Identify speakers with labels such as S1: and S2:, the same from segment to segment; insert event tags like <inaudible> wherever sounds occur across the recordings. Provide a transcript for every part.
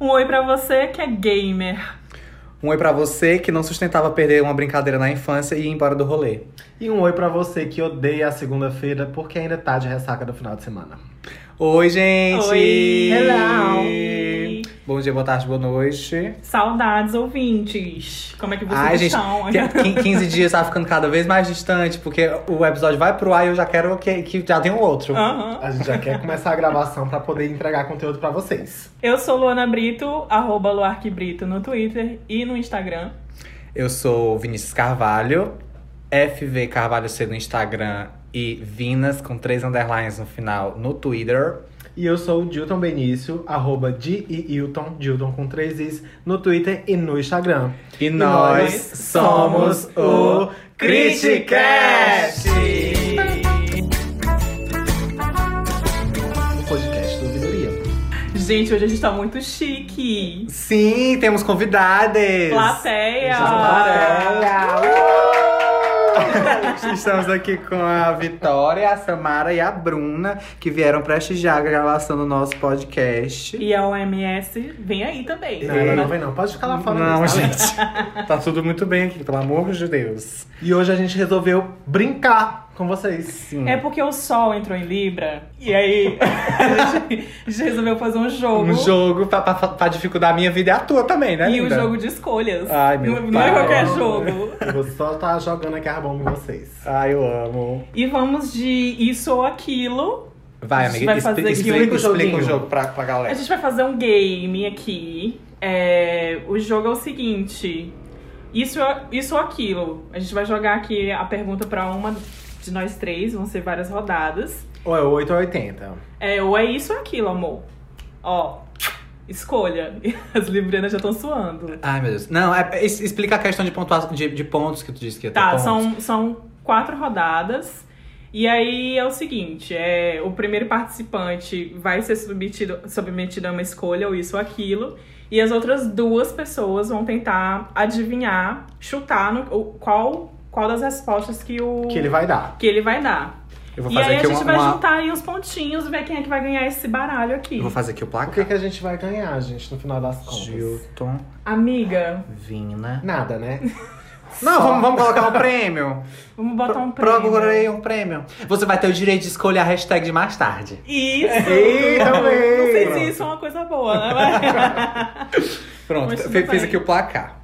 S1: Um oi pra você que é gamer.
S2: Um oi pra você que não sustentava perder uma brincadeira na infância e ir embora do rolê.
S3: E um oi pra você que odeia a segunda-feira porque ainda tá de ressaca do final de semana.
S2: Oi, gente!
S1: Oi!
S2: Hello! Bom dia, boa tarde, boa noite.
S1: Saudades, ouvintes. Como é que vocês
S2: Ai, gente,
S1: estão?
S2: que- quin- 15 dias tá ficando cada vez mais distante, porque o episódio vai pro ar e eu já quero que, que já tem um outro.
S1: Aham.
S3: A gente já quer começar a gravação pra poder entregar conteúdo pra vocês.
S1: <laughs> Eu sou Luana Brito, arroba Luarquebrito no Twitter e no Instagram.
S2: Eu sou Vinícius Carvalho, FV Carvalho C no Instagram e Vinas com três underlines no final no Twitter.
S3: E eu sou o Dilton Benício, arroba D-I-Hilton, Dilton com três Is, no Twitter e no Instagram.
S2: E, nós, somos o Criticast!
S3: O podcast do Vidoria.
S1: Gente, hoje a gente tá muito chique.
S2: Sim, temos convidadas!
S1: Plateia!
S2: Estamos aqui com a Vitória, a Samara e a Bruna, que vieram prestigiar a gravação do nosso podcast.
S1: E a OMS vem aí também. né?
S3: Não, ela não vem não. Pode ficar lá fora.
S2: Não,
S3: mesmo, tá?
S2: gente, <laughs> tá tudo muito bem aqui, pelo amor de Deus.
S3: E hoje a gente resolveu brincar com vocês.
S2: Sim.
S1: É porque o Sol entrou em Libra e aí <laughs> a gente- a gente resolveu fazer um jogo.
S2: Um jogo pra, pra, pra dificultar a minha vida e a tua também, né,
S1: e o
S2: linda?
S1: jogo de escolhas.
S2: Ai, meu
S1: não, não é
S2: pai.
S1: qualquer jogo.
S3: Eu vou só tá jogando aqui a bomba em vocês.
S2: Ai, eu amo.
S1: E vamos de isso ou aquilo.
S2: Vai,
S1: A gente
S2: amiga,
S1: vai fazer aqui
S2: expli- explica,
S3: um
S2: explica o
S3: joguinho.
S2: jogo pra, pra
S1: A
S2: galera.
S1: gente vai fazer um game aqui. É, o jogo é o seguinte: isso, ou- isso ou aquilo. A gente vai jogar aqui a pergunta pra uma de nós três, vão ser várias rodadas.
S3: Ou é 8 ou 80.
S1: É, ou é isso ou aquilo, amor. Ó, escolha. <laughs> As librianas já estão suando.
S2: Ai, meu Deus. Não, é- é- es- explica a questão de, pontua- de, de pontos que tu disse que ia ter
S1: Tá,
S2: pontos.
S1: são, são quatro rodadas. E aí é o seguinte: é, o primeiro participante vai ser submetido, submetido a uma escolha, ou isso ou aquilo. E as outras duas pessoas vão tentar adivinhar, chutar no, o- qual, qual das respostas que, o,
S3: Que ele vai dar.
S1: que ele vai dar.
S2: Eu vou
S1: E
S2: fazer
S1: aí a
S2: aqui
S1: gente
S2: uma-
S1: vai
S2: uma-
S1: juntar aí os pontinhos e ver quem é que vai ganhar esse baralho aqui.
S2: Eu vou fazer aqui o
S3: O que,
S2: placar.
S3: que a gente vai ganhar, gente, no final das contas?
S2: Gilton,
S1: Amiga,
S2: Vina.
S3: Nada, né?
S2: Não, vamos, vamos colocar
S1: <laughs>
S2: um prêmio.
S1: vamos botar um prêmio.
S2: Procurei um prêmio. Você vai ter o direito de escolher a hashtag de mais tarde.
S1: Isso!
S3: Eita,
S1: Não sei se
S3: bem.
S1: isso é uma coisa boa, né?
S2: <laughs>
S1: Mas-
S2: Pronto,
S1: Mas tudo
S2: fe- fiz
S1: bem.
S2: aqui o placar.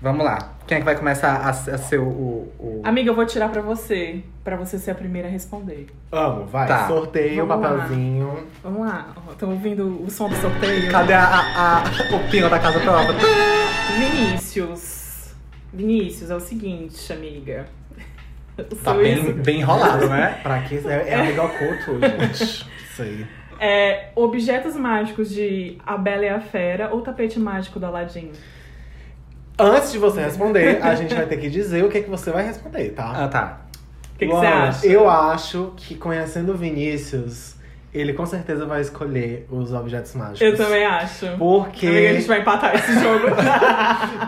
S2: Vamos lá. Quem é que vai começar a, a ser o. o- o-
S1: Amiga, eu vou tirar pra você, pra você ser a primeira a responder.
S3: Amo, vai.
S2: Tá.
S3: Sorteio,
S1: Vamos lá.
S3: papelzinho.
S1: Vamos lá, ó, tô ouvindo o som do sorteio.
S2: Cadê a, a, a- o pino da casa própria?
S1: Vinícius. Vinícius, é o seguinte, amiga. <laughs> Eu
S2: Tá
S1: sou
S2: bem,
S1: isso.
S2: bem enrolado, né?
S3: Pra que é, é amigo oculto, gente. <laughs> Isso aí.
S1: É, objetos mágicos de A Bela e a Fera ou tapete mágico do Aladim?
S3: Antes de você responder, a gente vai ter que dizer o que, que você vai responder, tá?
S2: Ah, tá.
S1: O que que você
S3: Luana,
S1: acha?
S3: Eu acho que conhecendo o Vinícius, ele com certeza vai escolher os objetos mágicos.
S1: Eu também acho.
S3: Porque,
S1: Amiga, a gente vai empatar esse
S2: <laughs>
S1: jogo.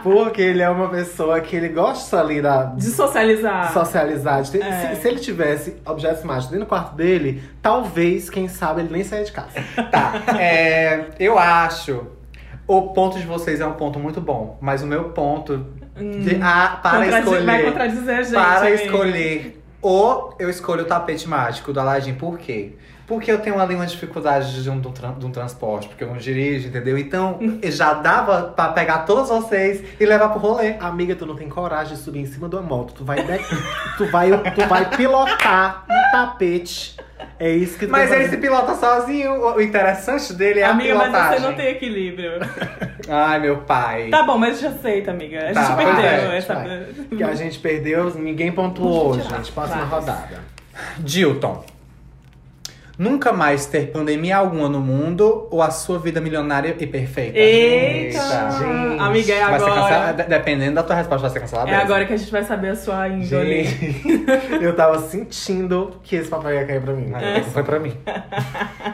S3: porque ele é uma pessoa que ele gosta ali da,
S1: de socializar.
S3: de socializar. de ter-
S1: É.
S3: se, se ele tivesse objetos mágicos dentro do quarto dele, talvez, quem sabe, ele nem saia de casa.
S2: Tá. É, eu acho. O ponto de vocês é um ponto muito bom, mas o meu ponto
S1: Hum,
S2: de, ah, para
S1: contradi-
S2: escolher.
S1: Vai contradizer a gente.
S2: para
S1: amiga.
S2: escolher ou eu escolho o tapete mágico do Aladdin. Por quê? Porque eu tenho ali uma dificuldade de um, de um tran- de um transporte, porque eu não dirijo, entendeu? Então já dava pra pegar todos vocês e levar pro rolê.
S3: Amiga, tu não tem coragem de subir em cima de uma moto. Tu vai, <laughs> de- tu vai, tu vai pilotar um tapete. É isso que tu
S2: Mas
S3: vai
S2: ele
S3: fazer.
S2: se pilota sozinho, o- o interessante dele é
S1: Amiga,
S2: a
S1: mas
S2: pilotagem.
S1: você não tem equilíbrio.
S2: Ai, meu pai.
S1: Tá bom, mas já aceita, amiga. A gente
S2: Tá,
S1: perdeu
S3: vai,
S1: essa.
S3: vai. Que a gente perdeu, ninguém pontuou,
S1: Deixa eu tirar.
S3: gente. Próxima
S1: Vai.
S3: rodada.
S2: Dilton. Nunca mais ter pandemia alguma no mundo ou a sua vida milionária e perfeita?
S1: Eita!
S3: gente.
S1: Amiga, é
S2: Vai ser cancela-
S1: agora.
S2: de- Dependendo da tua resposta, vai ser cancelada.
S1: É agora que a gente vai saber a sua índole.
S3: Gente, eu tava sentindo que esse papel ia cair pra mim.
S2: Ai,
S1: É.
S2: essa Foi pra mim.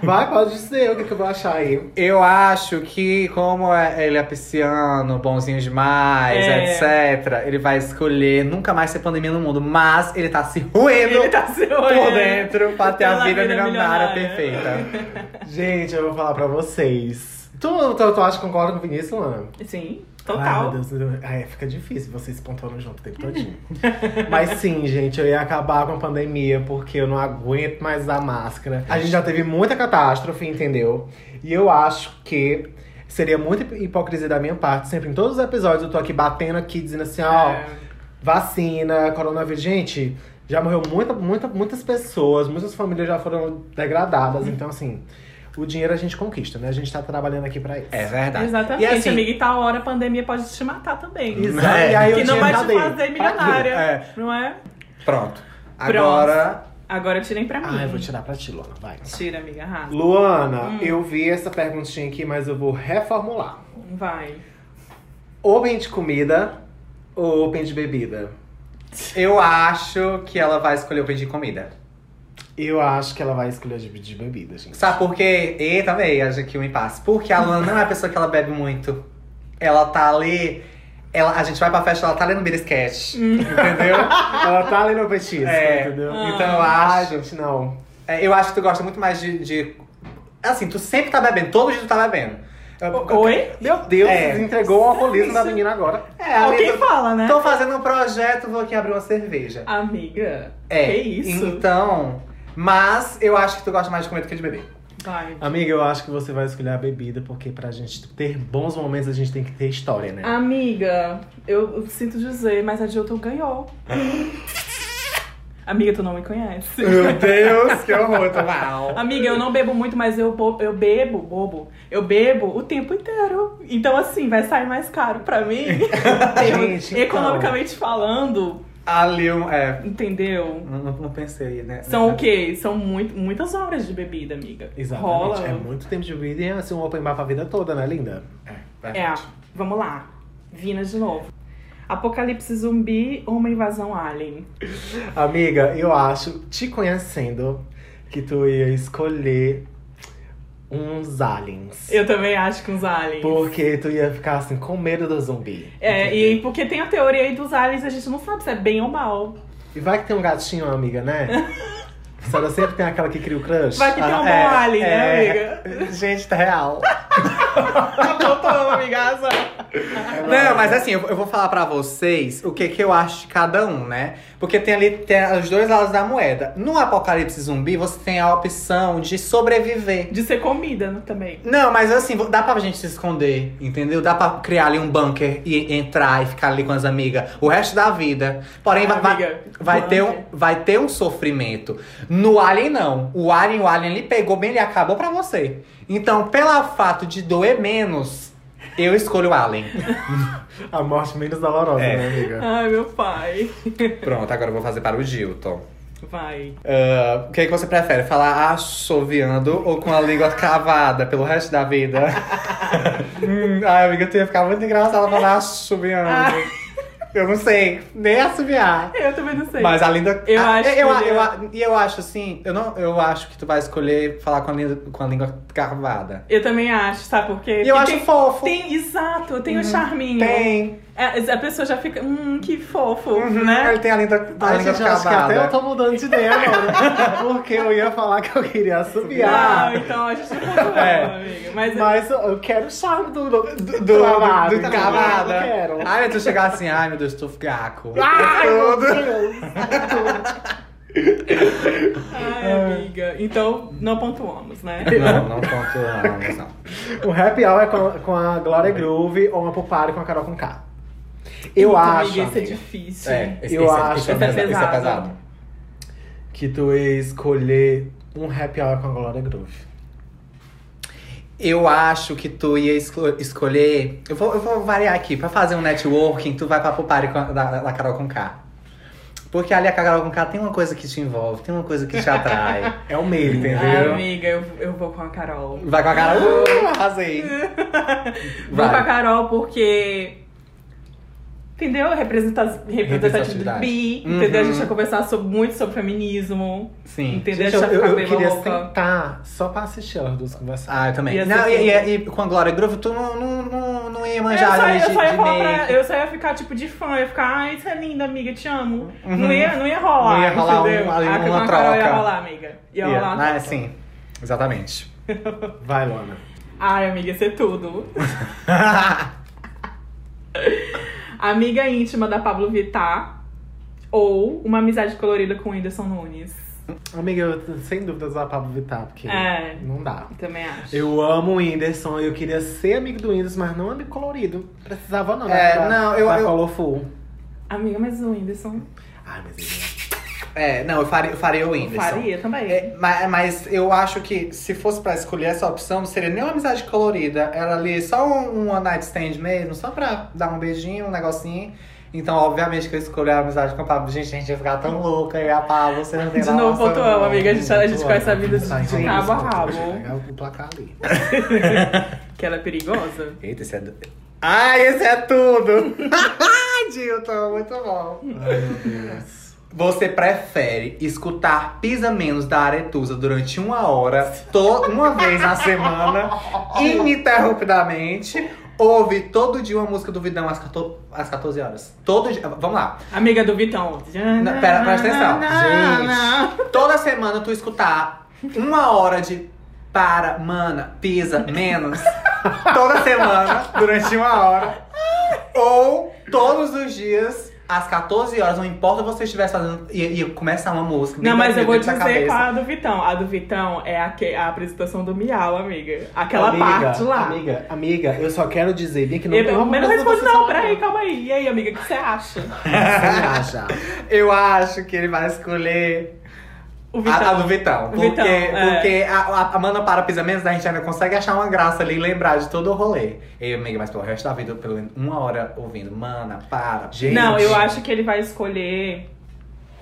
S3: Vai, pode dizer o que, que eu vou achar aí.
S2: Eu acho que, como é- ele é pisciano, bonzinho demais,
S1: É.
S2: etc., ele vai escolher nunca mais ser pandemia no mundo, mas ele tá se roendo
S1: Ele tá se
S2: por
S1: olhando.
S2: dentro pra ter a
S1: Pela
S2: vida,
S1: vida
S2: milionária,
S1: milionária.
S2: perfeita.
S3: Gente, eu vou falar pra vocês. Tu, tu, tu acha que concorda com o Vinícius, Lana?
S1: Sim,
S3: Ai,
S1: total.
S3: meu Deus. eu- ai, fica difícil vocês pontuando junto o tempo todinho. <laughs> Mas sim, gente, eu ia acabar com a pandemia porque eu não aguento mais usar máscara. A gente já teve muita catástrofe, entendeu? E eu acho que seria muita hip- hipocrisia da minha parte. Sempre em todos os episódios eu tô aqui batendo aqui, dizendo assim, ó,
S1: É.
S3: vacina, coronavírus. Gente, já morreu muita, muita, muitas pessoas, muitas famílias já foram degradadas. Então, assim, o dinheiro a gente conquista, né? A gente tá trabalhando aqui pra isso.
S2: É
S3: Tá.
S2: verdade.
S1: Exatamente,
S2: E assim-
S1: amiga. E tal hora a pandemia pode te matar também.
S3: Exato.
S2: É.
S3: E aí
S1: Que
S3: o
S1: não
S3: dinheiro
S1: vai
S3: cadê?
S1: te fazer
S3: Pra quê?
S1: milionária.
S3: É.
S1: Não é?
S2: Pronto. Agora.
S1: Agora tirem pra mim.
S3: Ah, eu vou tirar pra ti, Luana, vai.
S1: Tira, amiga. Arrasa.
S3: Luana,
S1: Hum.
S3: eu vi essa perguntinha aqui, mas eu vou reformular. <laughs>
S1: Vai.
S3: Open de comida ou open de bebida?
S2: Eu acho que ela vai escolher o pedir comida.
S3: Eu acho que ela vai escolher de, de bebida, gente.
S2: Sabe por quê? E também, acho que um impasse. Porque a Luana não é a pessoa que ela bebe muito. Ela tá ali. Ela, a gente vai pra festa, ela tá lendo belisquete. Entendeu?
S3: <laughs> ela tá ali no petisco,
S2: É.
S3: entendeu?
S1: Ah.
S2: Então eu
S3: Ai,
S2: acho.
S3: gente, não.
S2: é, eu acho que tu gosta muito mais de. de- assim, tu sempre tá bebendo, todo dia tu tá bebendo. Eu- eu-
S1: Oi?
S3: Meu Deus,
S2: É.
S3: entregou o alcoolismo da
S1: Isso.
S3: menina agora.
S2: É, ali
S1: Alguém
S2: tu-
S1: fala, né?
S2: Tô fazendo um projeto, vou aqui abrir uma cerveja.
S1: Amiga,
S2: É.
S1: que isso?
S2: Então. Mas eu acho que tu gosta mais de comer do que de beber.
S1: Vai.
S3: Amiga, eu acho que você vai escolher a bebida, porque pra gente ter bons momentos, a gente tem que ter história,
S1: Ah,
S3: né?
S1: Amiga, eu eu sinto dizer, mas a Jilton ganhou. Amiga, tu não me conhece.
S2: Meu Deus, que horror, tô mal.
S1: <laughs> Amiga, eu não bebo muito, mas eu, bo- eu bebo, bobo. Eu bebo o tempo inteiro. Então, assim, vai sair mais caro pra
S3: <laughs>
S1: mim.
S3: Gente, então.
S1: Economicamente falando,
S2: Ali, eu- é.
S1: entendeu?
S2: Não, não- não pensei, né?
S1: São o quê? São muito, muitas horas de bebida, amiga.
S3: Exatamente.
S1: Rola.
S3: É muito tempo de bebida e é assim, um open bar pra vida toda, né, linda?
S2: Vai,
S1: É, vamos lá. Vinas de novo. Apocalipse zumbi ou uma invasão alien?
S3: Amiga, eu acho, te conhecendo, que tu ia escolher uns aliens.
S1: Eu também acho que uns aliens.
S3: Porque tu ia ficar assim, com medo do zumbi.
S1: É,
S3: entendeu?
S1: e porque tem a teoria aí dos aliens, a gente não sabe se é bem ou mal.
S3: E vai que tem um gatinho,
S1: <laughs>
S3: amiga, né? A senhora sempre tem aquela que cria o crush. Ah,
S1: Vai que tem um bom
S2: é,
S1: alien, né,
S2: é. <laughs>
S1: amiga?
S3: Gente, tá real.
S1: Voltou, amigaça.
S3: é
S2: Não, mas assim, eu eu vou falar pra vocês o que, que eu acho de cada um, né? Porque tem ali tem os dois lados da moeda. No apocalipse zumbi, você tem a opção de sobreviver.
S1: De ser comida né, também.
S2: Não, mas assim, vo- dá pra gente se esconder, entendeu? Dá pra criar ali um bunker e entrar e ficar ali com as amigas o resto da vida. Porém, vai,
S1: Ah,
S2: vai-
S1: Amiga,
S2: vai ter um,
S1: bunker.
S2: vai ter um sofrimento. No Alien, não. O Alien, o Alien, ele pegou bem, ele acabou pra você. Então, pelo fato de doer menos, eu escolho o Alien.
S3: A morte menos dolorosa,
S2: É.
S3: né, amiga?
S1: Ai, meu pai.
S2: Pronto, agora eu vou fazer para o Dilton.
S1: Vai.
S2: Ah, o que, que você prefere? Falar assoviando ou com a língua cavada pelo resto da
S1: <laughs>
S2: vida? hum, ai, amiga, tu ia ficar muito engraçada falar assoviando.
S1: Ai.
S2: Eu não sei nem assoviar.
S1: Eu também não sei.
S2: Mas a linda.
S1: Eu
S2: a-
S1: acho
S2: eu,
S1: que
S2: eu,
S1: ele- é-
S2: eu, E eu acho assim. Eu, não, eu acho que tu vai escolher falar com a língua, com a língua cavada.
S1: Eu também acho, sabe por quê?
S2: E eu
S1: Porque tem,
S2: acho fofo.
S1: tem, exato, tem o charminho.
S2: Tem.
S1: É, A, pessoa já fica, hum, que fofo,
S2: Uhum,
S1: né?
S2: Ele tem a língua, a
S3: Ai,
S2: língua
S3: Tá, gente, eu acho que
S2: cavada.
S3: até eu tô mudando de ideia agora. Porque eu ia falar que eu queria assobiar.
S1: Não, então a gente não pode
S2: <laughs> É.
S1: amiga. Mas,
S3: Mas eu- eu quero o charme do, do, do,
S2: do,
S3: cavado,
S2: do
S3: entendeu?
S2: cavada.
S3: Eu quero. Ah!
S2: Ai, tu chegar assim, ai meu Deus, tô fraco.
S3: Ai, meu
S2: Tudo.
S3: Deus.
S1: ai, amiga. Então, não pontuamos, né?
S2: Não, não conto, não, não.
S3: O happy hour é com a, com a Glória Groove ou uma popara com a Carol com K. Eu
S1: Puta,
S3: acho assim,
S1: Amiga, isso é
S3: amiga,
S1: difícil.
S2: É, esse,
S3: Eu
S2: esse,
S3: acho
S2: esse é,
S3: que
S1: é
S2: pesado, esse é
S1: pesado.
S2: pesado.
S3: que tu ia escolher um happy hour com a Glória Groove.
S2: Eu acho que tu ia esco- escolher. Eu vou, eu vou variar aqui. Pra fazer um networking, tu vai pra Popari com a- da, da Carol com K. Porque ali a Carol com K tem uma coisa que te envolve, tem uma coisa que te atrai. Ah,
S3: É o meio,
S1: Ai,
S3: entendeu?
S1: amiga, eu, eu vou com a Carol.
S2: Vai com a Carol. Uh, arrasei.
S1: Vou
S2: Vai.
S1: com a Carol porque. Entendeu? Representa- Representatividade
S2: Representatividade.
S1: bi,
S2: Uhum.
S1: entendeu? A gente vai conversar sobre- muito sobre feminismo,
S2: Sim.
S1: entendeu?
S3: Gente,
S1: a
S3: eu,
S1: gente
S3: eu,
S1: vai
S3: eu
S1: ficar bem
S3: queria
S1: louca.
S3: sentar só pra assistir elas duas conversar.
S2: Ah, eu também.
S1: Ia ser
S2: Não, e,
S1: tudo.
S2: e- e com a Glória Groove, tu não, não, não, não ia
S1: Eu
S2: manjar
S1: só,
S2: ali
S1: ia,
S2: de,
S1: só ia
S2: de
S1: falar pra-
S2: make.
S1: eu só ia ficar tipo de fã, ia ficar, ai, você é linda, amiga, te amo.
S2: Uhum.
S1: Não, ia, não ia rolar.
S2: Não ia rolar um-
S1: entendeu?
S2: ali
S1: a,
S2: uma
S1: com a Carol ia
S2: troca.
S1: rolar, amiga. Ia
S2: Ia.
S1: rolar. uma
S2: Ah,
S1: troca.
S2: sim. Exatamente.
S3: Vai, Lona.
S1: Ai, amiga, isso é
S2: <laughs>
S1: tudo. Amiga íntima da Pablo Vittar ou uma amizade colorida com o Whindersson Nunes.
S3: Amiga, eu, sem dúvidas a Pablo Vittar, porque
S1: É.
S3: não dá.
S1: Eu Também acho.
S3: Eu amo o Whindersson, eu queria ser amigo do Whindersson, mas não amigo colorido. Precisava não,
S2: É,
S3: né? pra-
S2: não, eu-
S3: pra
S2: eu-
S3: colorful.
S1: Amiga, mas o Whindersson
S3: Ai, mas ele
S1: <laughs>
S2: É, não, eu faria, eu faria o Whindersson.
S1: faria também.
S2: É, ma- mas, eu acho que se fosse pra escolher essa opção, não seria nem uma amizade colorida. Era ali só um, um one night stand mesmo, só pra dar um beijinho, um negocinho. Então, obviamente, que eu escolhi a amizade com a Pablo. Gente, a gente ia ficar tão louca. Eu e a Pablo, você não
S1: <laughs>
S2: tem
S1: De novo,
S2: noção.
S1: pontuamos, amiga. A gente, tá- a gente
S3: Pontuamos.
S1: conhece a vida de,
S3: Sai,
S1: de
S3: sai,
S1: cabo a
S3: sai,
S1: rabo.
S3: é o placar ali.
S1: Que ela é perigosa.
S2: Eita, esse é. do- <laughs> Ai, esse é tudo! <laughs> Dilton, muito bom.
S3: Ai, meu Deus.
S2: Você prefere escutar Pisa Menos da Aretusa durante uma hora, to- uma vez na semana, ininterruptamente, ou ouvir todo dia uma música do Vidão às 14, às 14 horas? Todo dia. Vamos lá.
S1: Amiga do Vitão.
S2: Na- pera, presta atenção. Gente, toda semana tu escutar uma hora de para, mana, pisa,
S1: <laughs>
S2: menos. toda semana, durante uma hora. Ou todos os dias, às 14 horas, não importa o que você estiver fazendo, e, e começar uma música. bem
S1: Não, mas eu vou
S2: dentro da
S1: dizer
S2: cabeça.
S1: qual é a do Vitão. A do Vitão é a, que- a apresentação do Miau, amiga. Aquela
S3: Amiga,
S1: parte lá.
S3: Amiga, amiga, eu só quero dizer, Bia, que não
S1: E eu,
S3: como
S1: mas não
S3: você
S1: responde,
S3: falar.
S1: não, peraí, calma aí. E aí, amiga, o que você acha?
S3: Você acha?
S2: Eu acho que ele vai escolher
S1: O Vitão.
S2: A, a Ah, tá do Vitão. Porque,
S1: Vitão, é.
S2: porque a, a- a Mana para pisa menos, a gente ainda consegue achar uma graça ali e lembrar de todo o rolê. Eu, amiga, mas pelo resto da vida, eu pelo menos uma hora ouvindo. Mana, para. Gente.
S1: Não, eu acho que ele vai escolher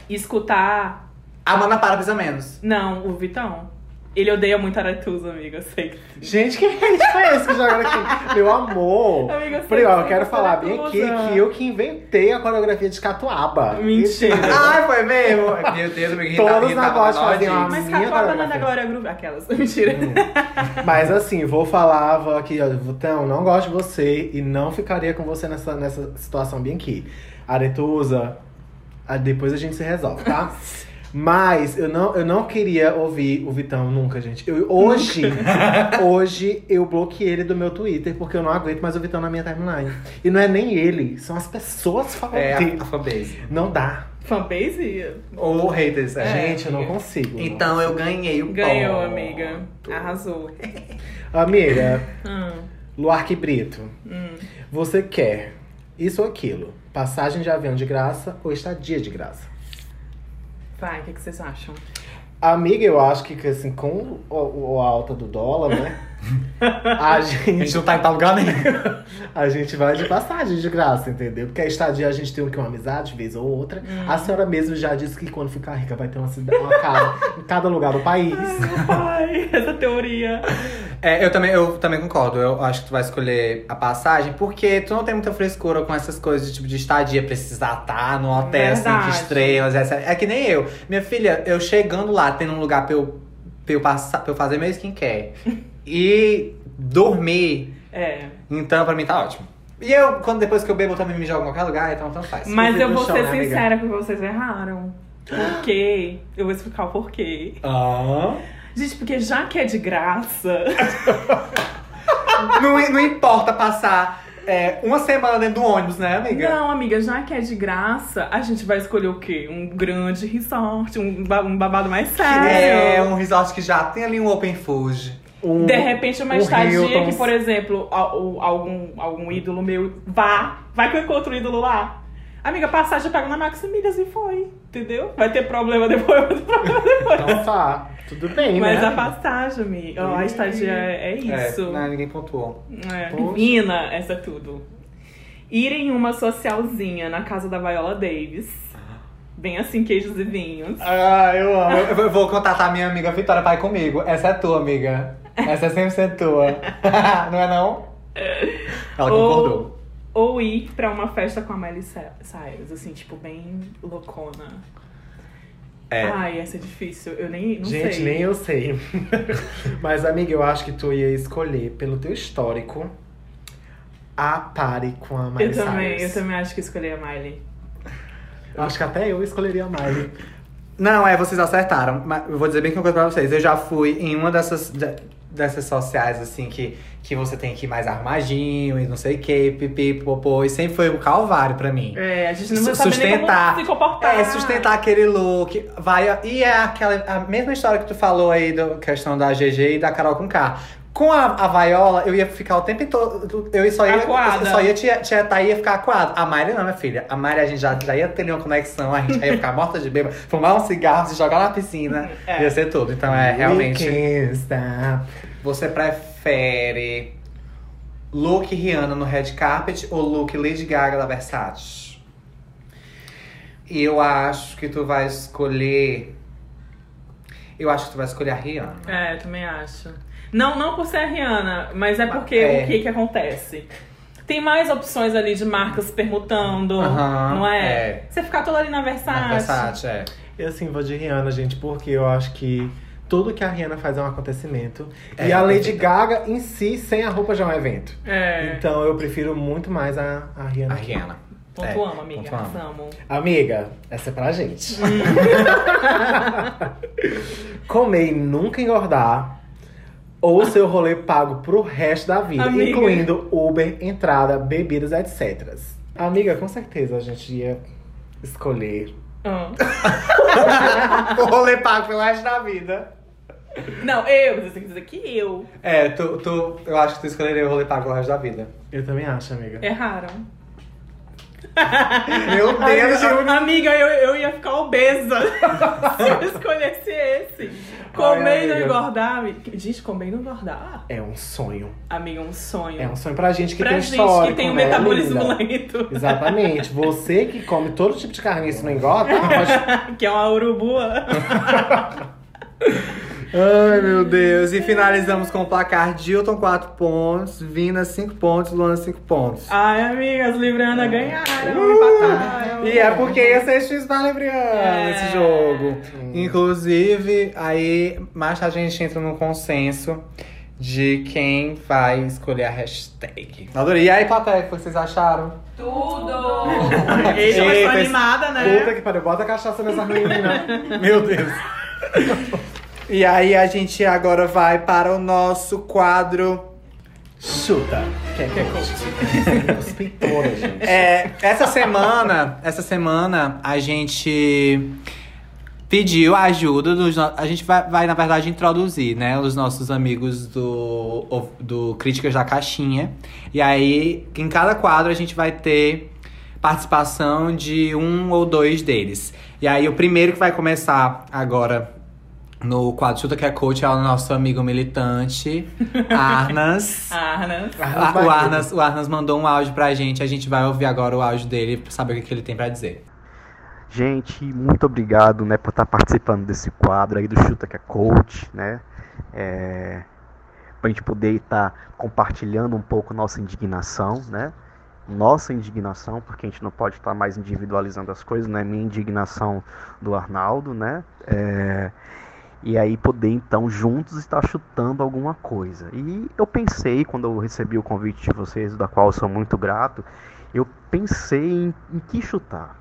S1: escutar.
S2: A Mana para pisa menos.
S1: Não, o Vitão. Ele odeia muito Aretusa, amiga, eu sei.
S3: Gente, que hate foi esse que jogaram aqui? Meu amor.
S1: Amiga, eu sei
S3: Pri, ó,
S1: que
S3: eu
S1: você
S3: quero
S1: é
S3: falar bem aqui
S1: maravilhosa.
S3: que eu que inventei a coreografia de Catuaba.
S1: Mentira.
S2: Ai, foi mesmo? Meu Deus, amiga, Rita,
S3: Todos
S2: Rita,
S3: na voz fazem
S2: nós,
S3: uma-
S1: Mas
S3: Minha
S1: catuaba não é da
S3: coreografia.
S1: Glória Groove. Aquelas, <laughs> mentira.
S2: Hum.
S3: Mas assim, vou falar, vou aqui, ó, Vitão, não gosto de você e não ficaria com você nessa, nessa situação bem aqui. Aretusa, a- depois a gente se
S2: <laughs>
S3: resolve, tá? Mas eu não, eu não queria ouvir o Vitão nunca, gente. Eu, hoje, <laughs> hoje eu bloqueei ele do meu Twitter porque eu não aguento mais o Vitão na minha timeline. E não é nem ele, são as pessoas falando
S2: É,
S3: dele.
S2: a, a fanbase.
S3: Não dá.
S1: Fanbase?
S2: Ou haters, é.
S3: gente, eu não consigo.
S2: Então eu ganhei o
S1: Ganhou,
S2: ponto.
S1: amiga. Arrasou.
S3: Amiga,
S1: Hum,
S3: Luarque Brito.
S1: hum.
S3: Você quer isso ou aquilo? Passagem de avião de graça ou estadia de graça?
S1: Vai, o que, que vocês acham?
S3: Amiga, eu acho que assim, com o, o- a alta do dólar,
S1: <laughs>
S3: né? A
S2: A
S3: gente,
S2: gente não tá em tal lugar nenhum.
S3: a gente vai de passagem de graça, entendeu? Porque a estadia a gente tem o que? Uma amizade, vez ou outra.
S1: Hum.
S3: A senhora mesmo já disse que quando ficar rica vai ter uma, cida- uma casa em cada lugar
S1: <laughs>
S3: do país.
S1: Ai, essa teoria.
S2: É, eu também, eu também concordo. Eu acho que tu vai escolher a passagem, porque tu não tem muita frescura com essas coisas de, tipo de estadia, precisar estar num hotel cinco
S1: Verdade.
S2: estrelas. Essa, é que nem eu. Minha filha, eu chegando lá, tendo um lugar pra eu, pra eu, passar, pra eu fazer
S1: <laughs>
S2: meu skincare e dormir,
S1: É.
S2: então pra mim tá ótimo. E eu, quando depois que eu bebo, eu também me jogo em qualquer lugar, então tanto faz.
S1: Mas
S3: Escrever
S1: eu
S3: no
S1: vou
S3: chão,
S1: ser
S3: né, amiga?
S1: sincera com vocês erraram. Por quê? Eu vou explicar o porquê.
S2: Ah.
S1: Gente, porque já que é de graça,
S2: não, não importa passar é, uma semana dentro do ônibus, né, amiga?
S1: Não, amiga, já que é de graça, a gente vai escolher o quê? Um grande resort, um, ba- um babado mais
S2: É
S1: sério.
S2: um resort que já tem ali um open food.
S3: Um-
S1: De repente, uma
S3: um
S1: estadia
S3: Hilton.
S1: que, por exemplo, a- o- algum, algum ídolo meu vá, vai que eu encontro o ídolo lá. Amiga, passagem eu pago na Maximilhas e foi, entendeu? Vai ter problema depois, vai ter problema
S3: <laughs>
S1: depois.
S3: Então tá, tudo bem,
S1: Mas
S3: né?
S1: a passagem, amiga, ó, a estadia é, é isso.
S2: É, né, ninguém pontuou.
S1: É,
S3: Poxa.
S1: Mina, essa é tudo. Ir em uma socialzinha na casa da Viola Davis.
S3: Ah.
S1: Bem assim, queijos e vinhos.
S2: Ah, eu amo. Eu eu vou contatar minha amiga Vitória pra ir comigo. Essa é tua, amiga. Essa é 100% tua. <laughs> não é não? Ela concordou.
S1: Ou, ou ir pra uma festa com a Miley Cy- Cyrus, assim, tipo, bem loucona.
S2: É.
S1: Ai, essa é difícil. Eu nem não
S3: Gente,
S1: sei.
S3: nem eu sei. <laughs> Mas, amiga, eu acho que tu ia escolher, pelo teu histórico, a pare com a Miley
S1: eu também, eu
S3: Cyrus.
S1: também acho que escolhi a Miley.
S3: Eu Acho que até eu escolheria a Miley.
S2: Não, é, vocês acertaram. Mas eu vou dizer bem que uma coisa pra vocês. Eu já fui em uma dessas. de- dessas sociais, assim, que, que você tem que ir mais arrumadinho e não sei o que, pipi, popô. E sempre foi um calvário pra mim.
S1: É, a gente não vai
S2: Su-
S1: saber nem
S2: sustentar.
S1: como se comportar.
S2: É,
S1: Ah.
S2: sustentar aquele look. Vai, e é aquela a mesma história que tu falou aí da questão da GG e da Carol com K. Com a, a vaiola, eu ia ficar o tempo todo. Eu só ia,
S1: Acuada.
S2: eu só ia tietar e ia ficar acuado. A Mari não, minha filha. A Mari, a gente já, já ia ter uma conexão, a gente já ia ficar morta de bêbado, fumar um cigarro, se jogar na piscina.
S1: É.
S2: Ia ser tudo. Então é realmente.
S3: We can't stop.
S2: Você prefere look Rihanna no red carpet ou look Lady Gaga da Versace? E eu acho que tu vai escolher. Eu acho que tu vai escolher a Rihanna.
S1: É, eu também acho. Não, não por ser a Rihanna, mas é porque
S2: É.
S1: o que que acontece? Tem mais opções ali de marcas permutando,
S2: Aham,
S1: não é?
S2: é.
S1: Você ficar toda ali na Versace.
S2: Na Versace, é.
S3: Eu assim vou de Rihanna, gente, porque eu acho que tudo que a Rihanna faz é um acontecimento.
S2: É,
S3: e a Lady
S2: perfeita.
S3: Gaga em si, sem a roupa, já é um evento.
S1: É.
S3: Então eu prefiro muito mais a, a Rihanna.
S1: <laughs>
S2: A Rihanna.
S1: Ponto amo, amiga.
S2: ponto amo.
S1: Amo.
S3: Amiga, essa é pra gente. Comer e nunca engordar. Ou seu rolê pago pro resto da vida,
S1: Amiga.
S3: incluindo Uber, entrada, bebidas, etc. Amiga, com certeza a gente ia escolher.
S1: Amo.
S2: O rolê pago pelo resto da vida.
S1: Não, eu, você tem que dizer que eu.
S2: É, tu, tu, eu acho que tu escolheria o rolê pago pelo resto da vida.
S3: Eu também acho, amiga.
S1: Erraram. <laughs>
S2: Meu Deus, eu-
S1: Amiga, eu, eu ia ficar obesa <laughs> se eu escolhesse esse. Comer e não
S3: amiga.
S1: engordar. amiga. Gente, comer e não engordar.
S3: É um sonho.
S1: Amiga, é um sonho.
S3: É um sonho pra gente que
S1: pra
S3: tem
S1: gente
S3: histórico,
S1: que tem um
S3: né,
S1: metabolismo
S3: linda?
S1: lento, né?
S3: Exatamente. Você que come todo tipo de carne e isso não engorda, pode...
S1: que é uma urubua.
S2: Ai, meu Deus. E finalizamos com o placar Dilton 4 pontos, Vina 5 pontos, Luana 5 pontos.
S1: Ai, amigas, Librana ganharam,
S2: Uh!
S1: empataram.
S2: E é porque ia ser X Valebriano
S1: É.
S2: esse jogo. Inclusive, aí mais tarde a gente entra num consenso de quem vai escolher a hashtag. Adorei. E aí, plateia, o que vocês acharam?
S4: Tudo!
S1: Eita, mas
S2: Eita,
S1: tô animada,
S3: Puta
S1: né?
S3: que pariu, bota a cachaça nessa menina.
S2: Meu Deus. e aí, a gente agora vai para o nosso quadro.
S3: Chuta. Quer é que
S1: <laughs>
S3: Os pintores, gente.
S2: É, essa semana, essa semana a gente pediu a ajuda dos no- a gente vai, vai na verdade introduzir né os nossos amigos do do críticas da caixinha e aí em cada quadro a gente vai ter participação de um ou dois deles e aí o primeiro que vai começar agora no quadro chuta que é coach é o nosso amigo militante Arnas
S1: Arnas.
S2: Ah,
S3: Barreto.
S2: o, Arnas, o Arnas mandou um áudio pra gente, a gente vai ouvir agora o áudio dele pra saber o que que ele tem pra dizer.
S5: Gente, muito obrigado, né, por estar participando desse quadro aí do Chuta que é Coach, né? É, pra gente poder estar compartilhando um pouco nossa indignação, né? Nossa indignação, porque a gente não pode estar mais individualizando as coisas, né? Minha indignação do Arnaldo, né? É, e aí poder então juntos estar chutando alguma coisa. E eu pensei quando eu recebi o convite de vocês, da qual eu sou muito grato, eu pensei em- em que chutar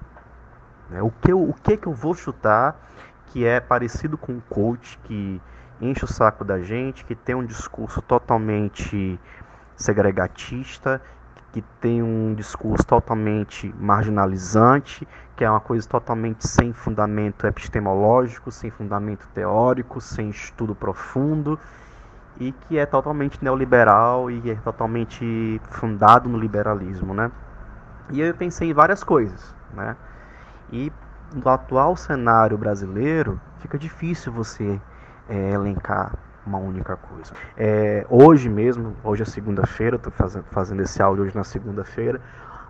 S5: né? O que eu, o que que eu vou chutar que é parecido com um coach que enche o saco da gente, que tem um discurso totalmente segregatista, que tem um discurso totalmente marginalizante, que é uma coisa totalmente sem fundamento epistemológico, sem fundamento teórico, sem estudo profundo e que é totalmente neoliberal e é totalmente fundado no liberalismo, né? E eu pensei em várias coisas, né? E no atual cenário brasileiro, fica difícil você eh, elencar uma única coisa. Eh, hoje mesmo, hoje é segunda-feira, estou fazendo, fazendo esse áudio hoje na segunda-feira,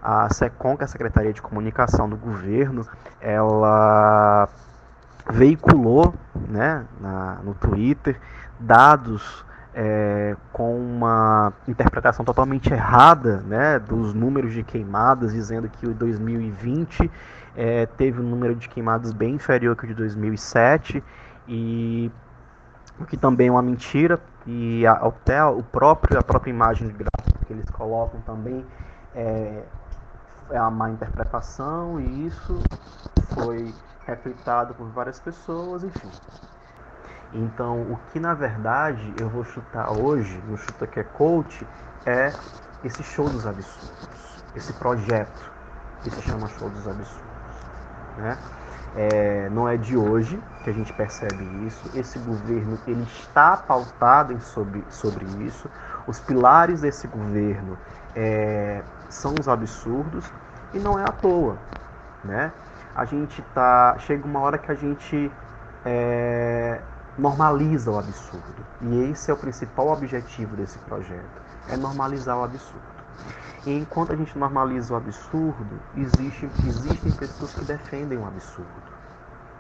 S5: a SECOM, que é a Secretaria de Comunicação do Governo, ela veiculou né, na- no Twitter dados eh, com uma interpretação totalmente errada né, dos números de queimadas, dizendo que o 2020 é, teve um número de queimadas bem inferior que o de 2007 e o que também é uma mentira e a- até o próprio a própria imagem de gráfico que eles colocam também é, é uma má interpretação e isso foi reflitado por várias pessoas, enfim. Então, o que na verdade eu vou chutar hoje, no Chuta Que é Coach, é esse show dos absurdos, esse projeto que se chama Show dos Absurdos. Né? É, não é de hoje que a gente percebe isso. Esse governo ele está pautado em sobre, sobre isso. Os pilares desse governo é, são os absurdos e não é à toa, né? A gente tá chega uma hora que a gente é, normaliza o absurdo e esse é o principal objetivo desse projeto: é normalizar o absurdo. E enquanto a gente normaliza o absurdo, existe, existem pessoas que defendem o absurdo.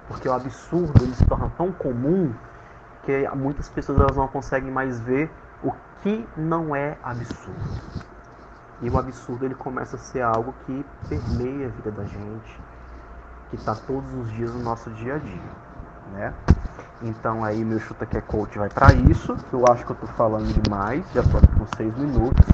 S5: Porque o absurdo ele se torna tão comum que muitas pessoas elas não conseguem mais ver o que não é absurdo. E o absurdo ele começa a ser algo que permeia a vida da gente, que está todos os dias no nosso dia a dia, né? Então aí meu chuta que é coach vai para isso. Eu acho que eu tô falando demais, já tô aqui com seis minutos.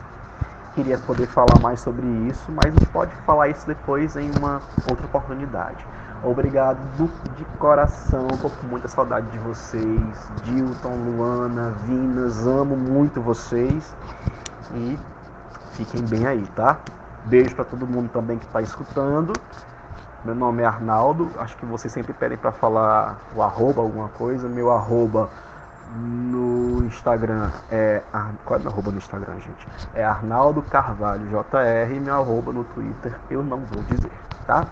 S5: Queria poder falar mais sobre isso, mas a gente pode falar isso depois em uma outra oportunidade. Obrigado do- de coração, tô com muita saudade de vocês. Dilton, Luana, Vinas, amo muito vocês. E Fiquem bem aí, tá? Beijo pra todo mundo também que tá escutando. Meu nome é Arnaldo. Acho que vocês sempre pedem pra falar o arroba, alguma coisa. Meu arroba no Instagram é. Ar- Qual é meu arroba no Instagram, gente? É Arnaldo Carvalho JR. E meu arroba no Twitter eu não vou dizer, tá?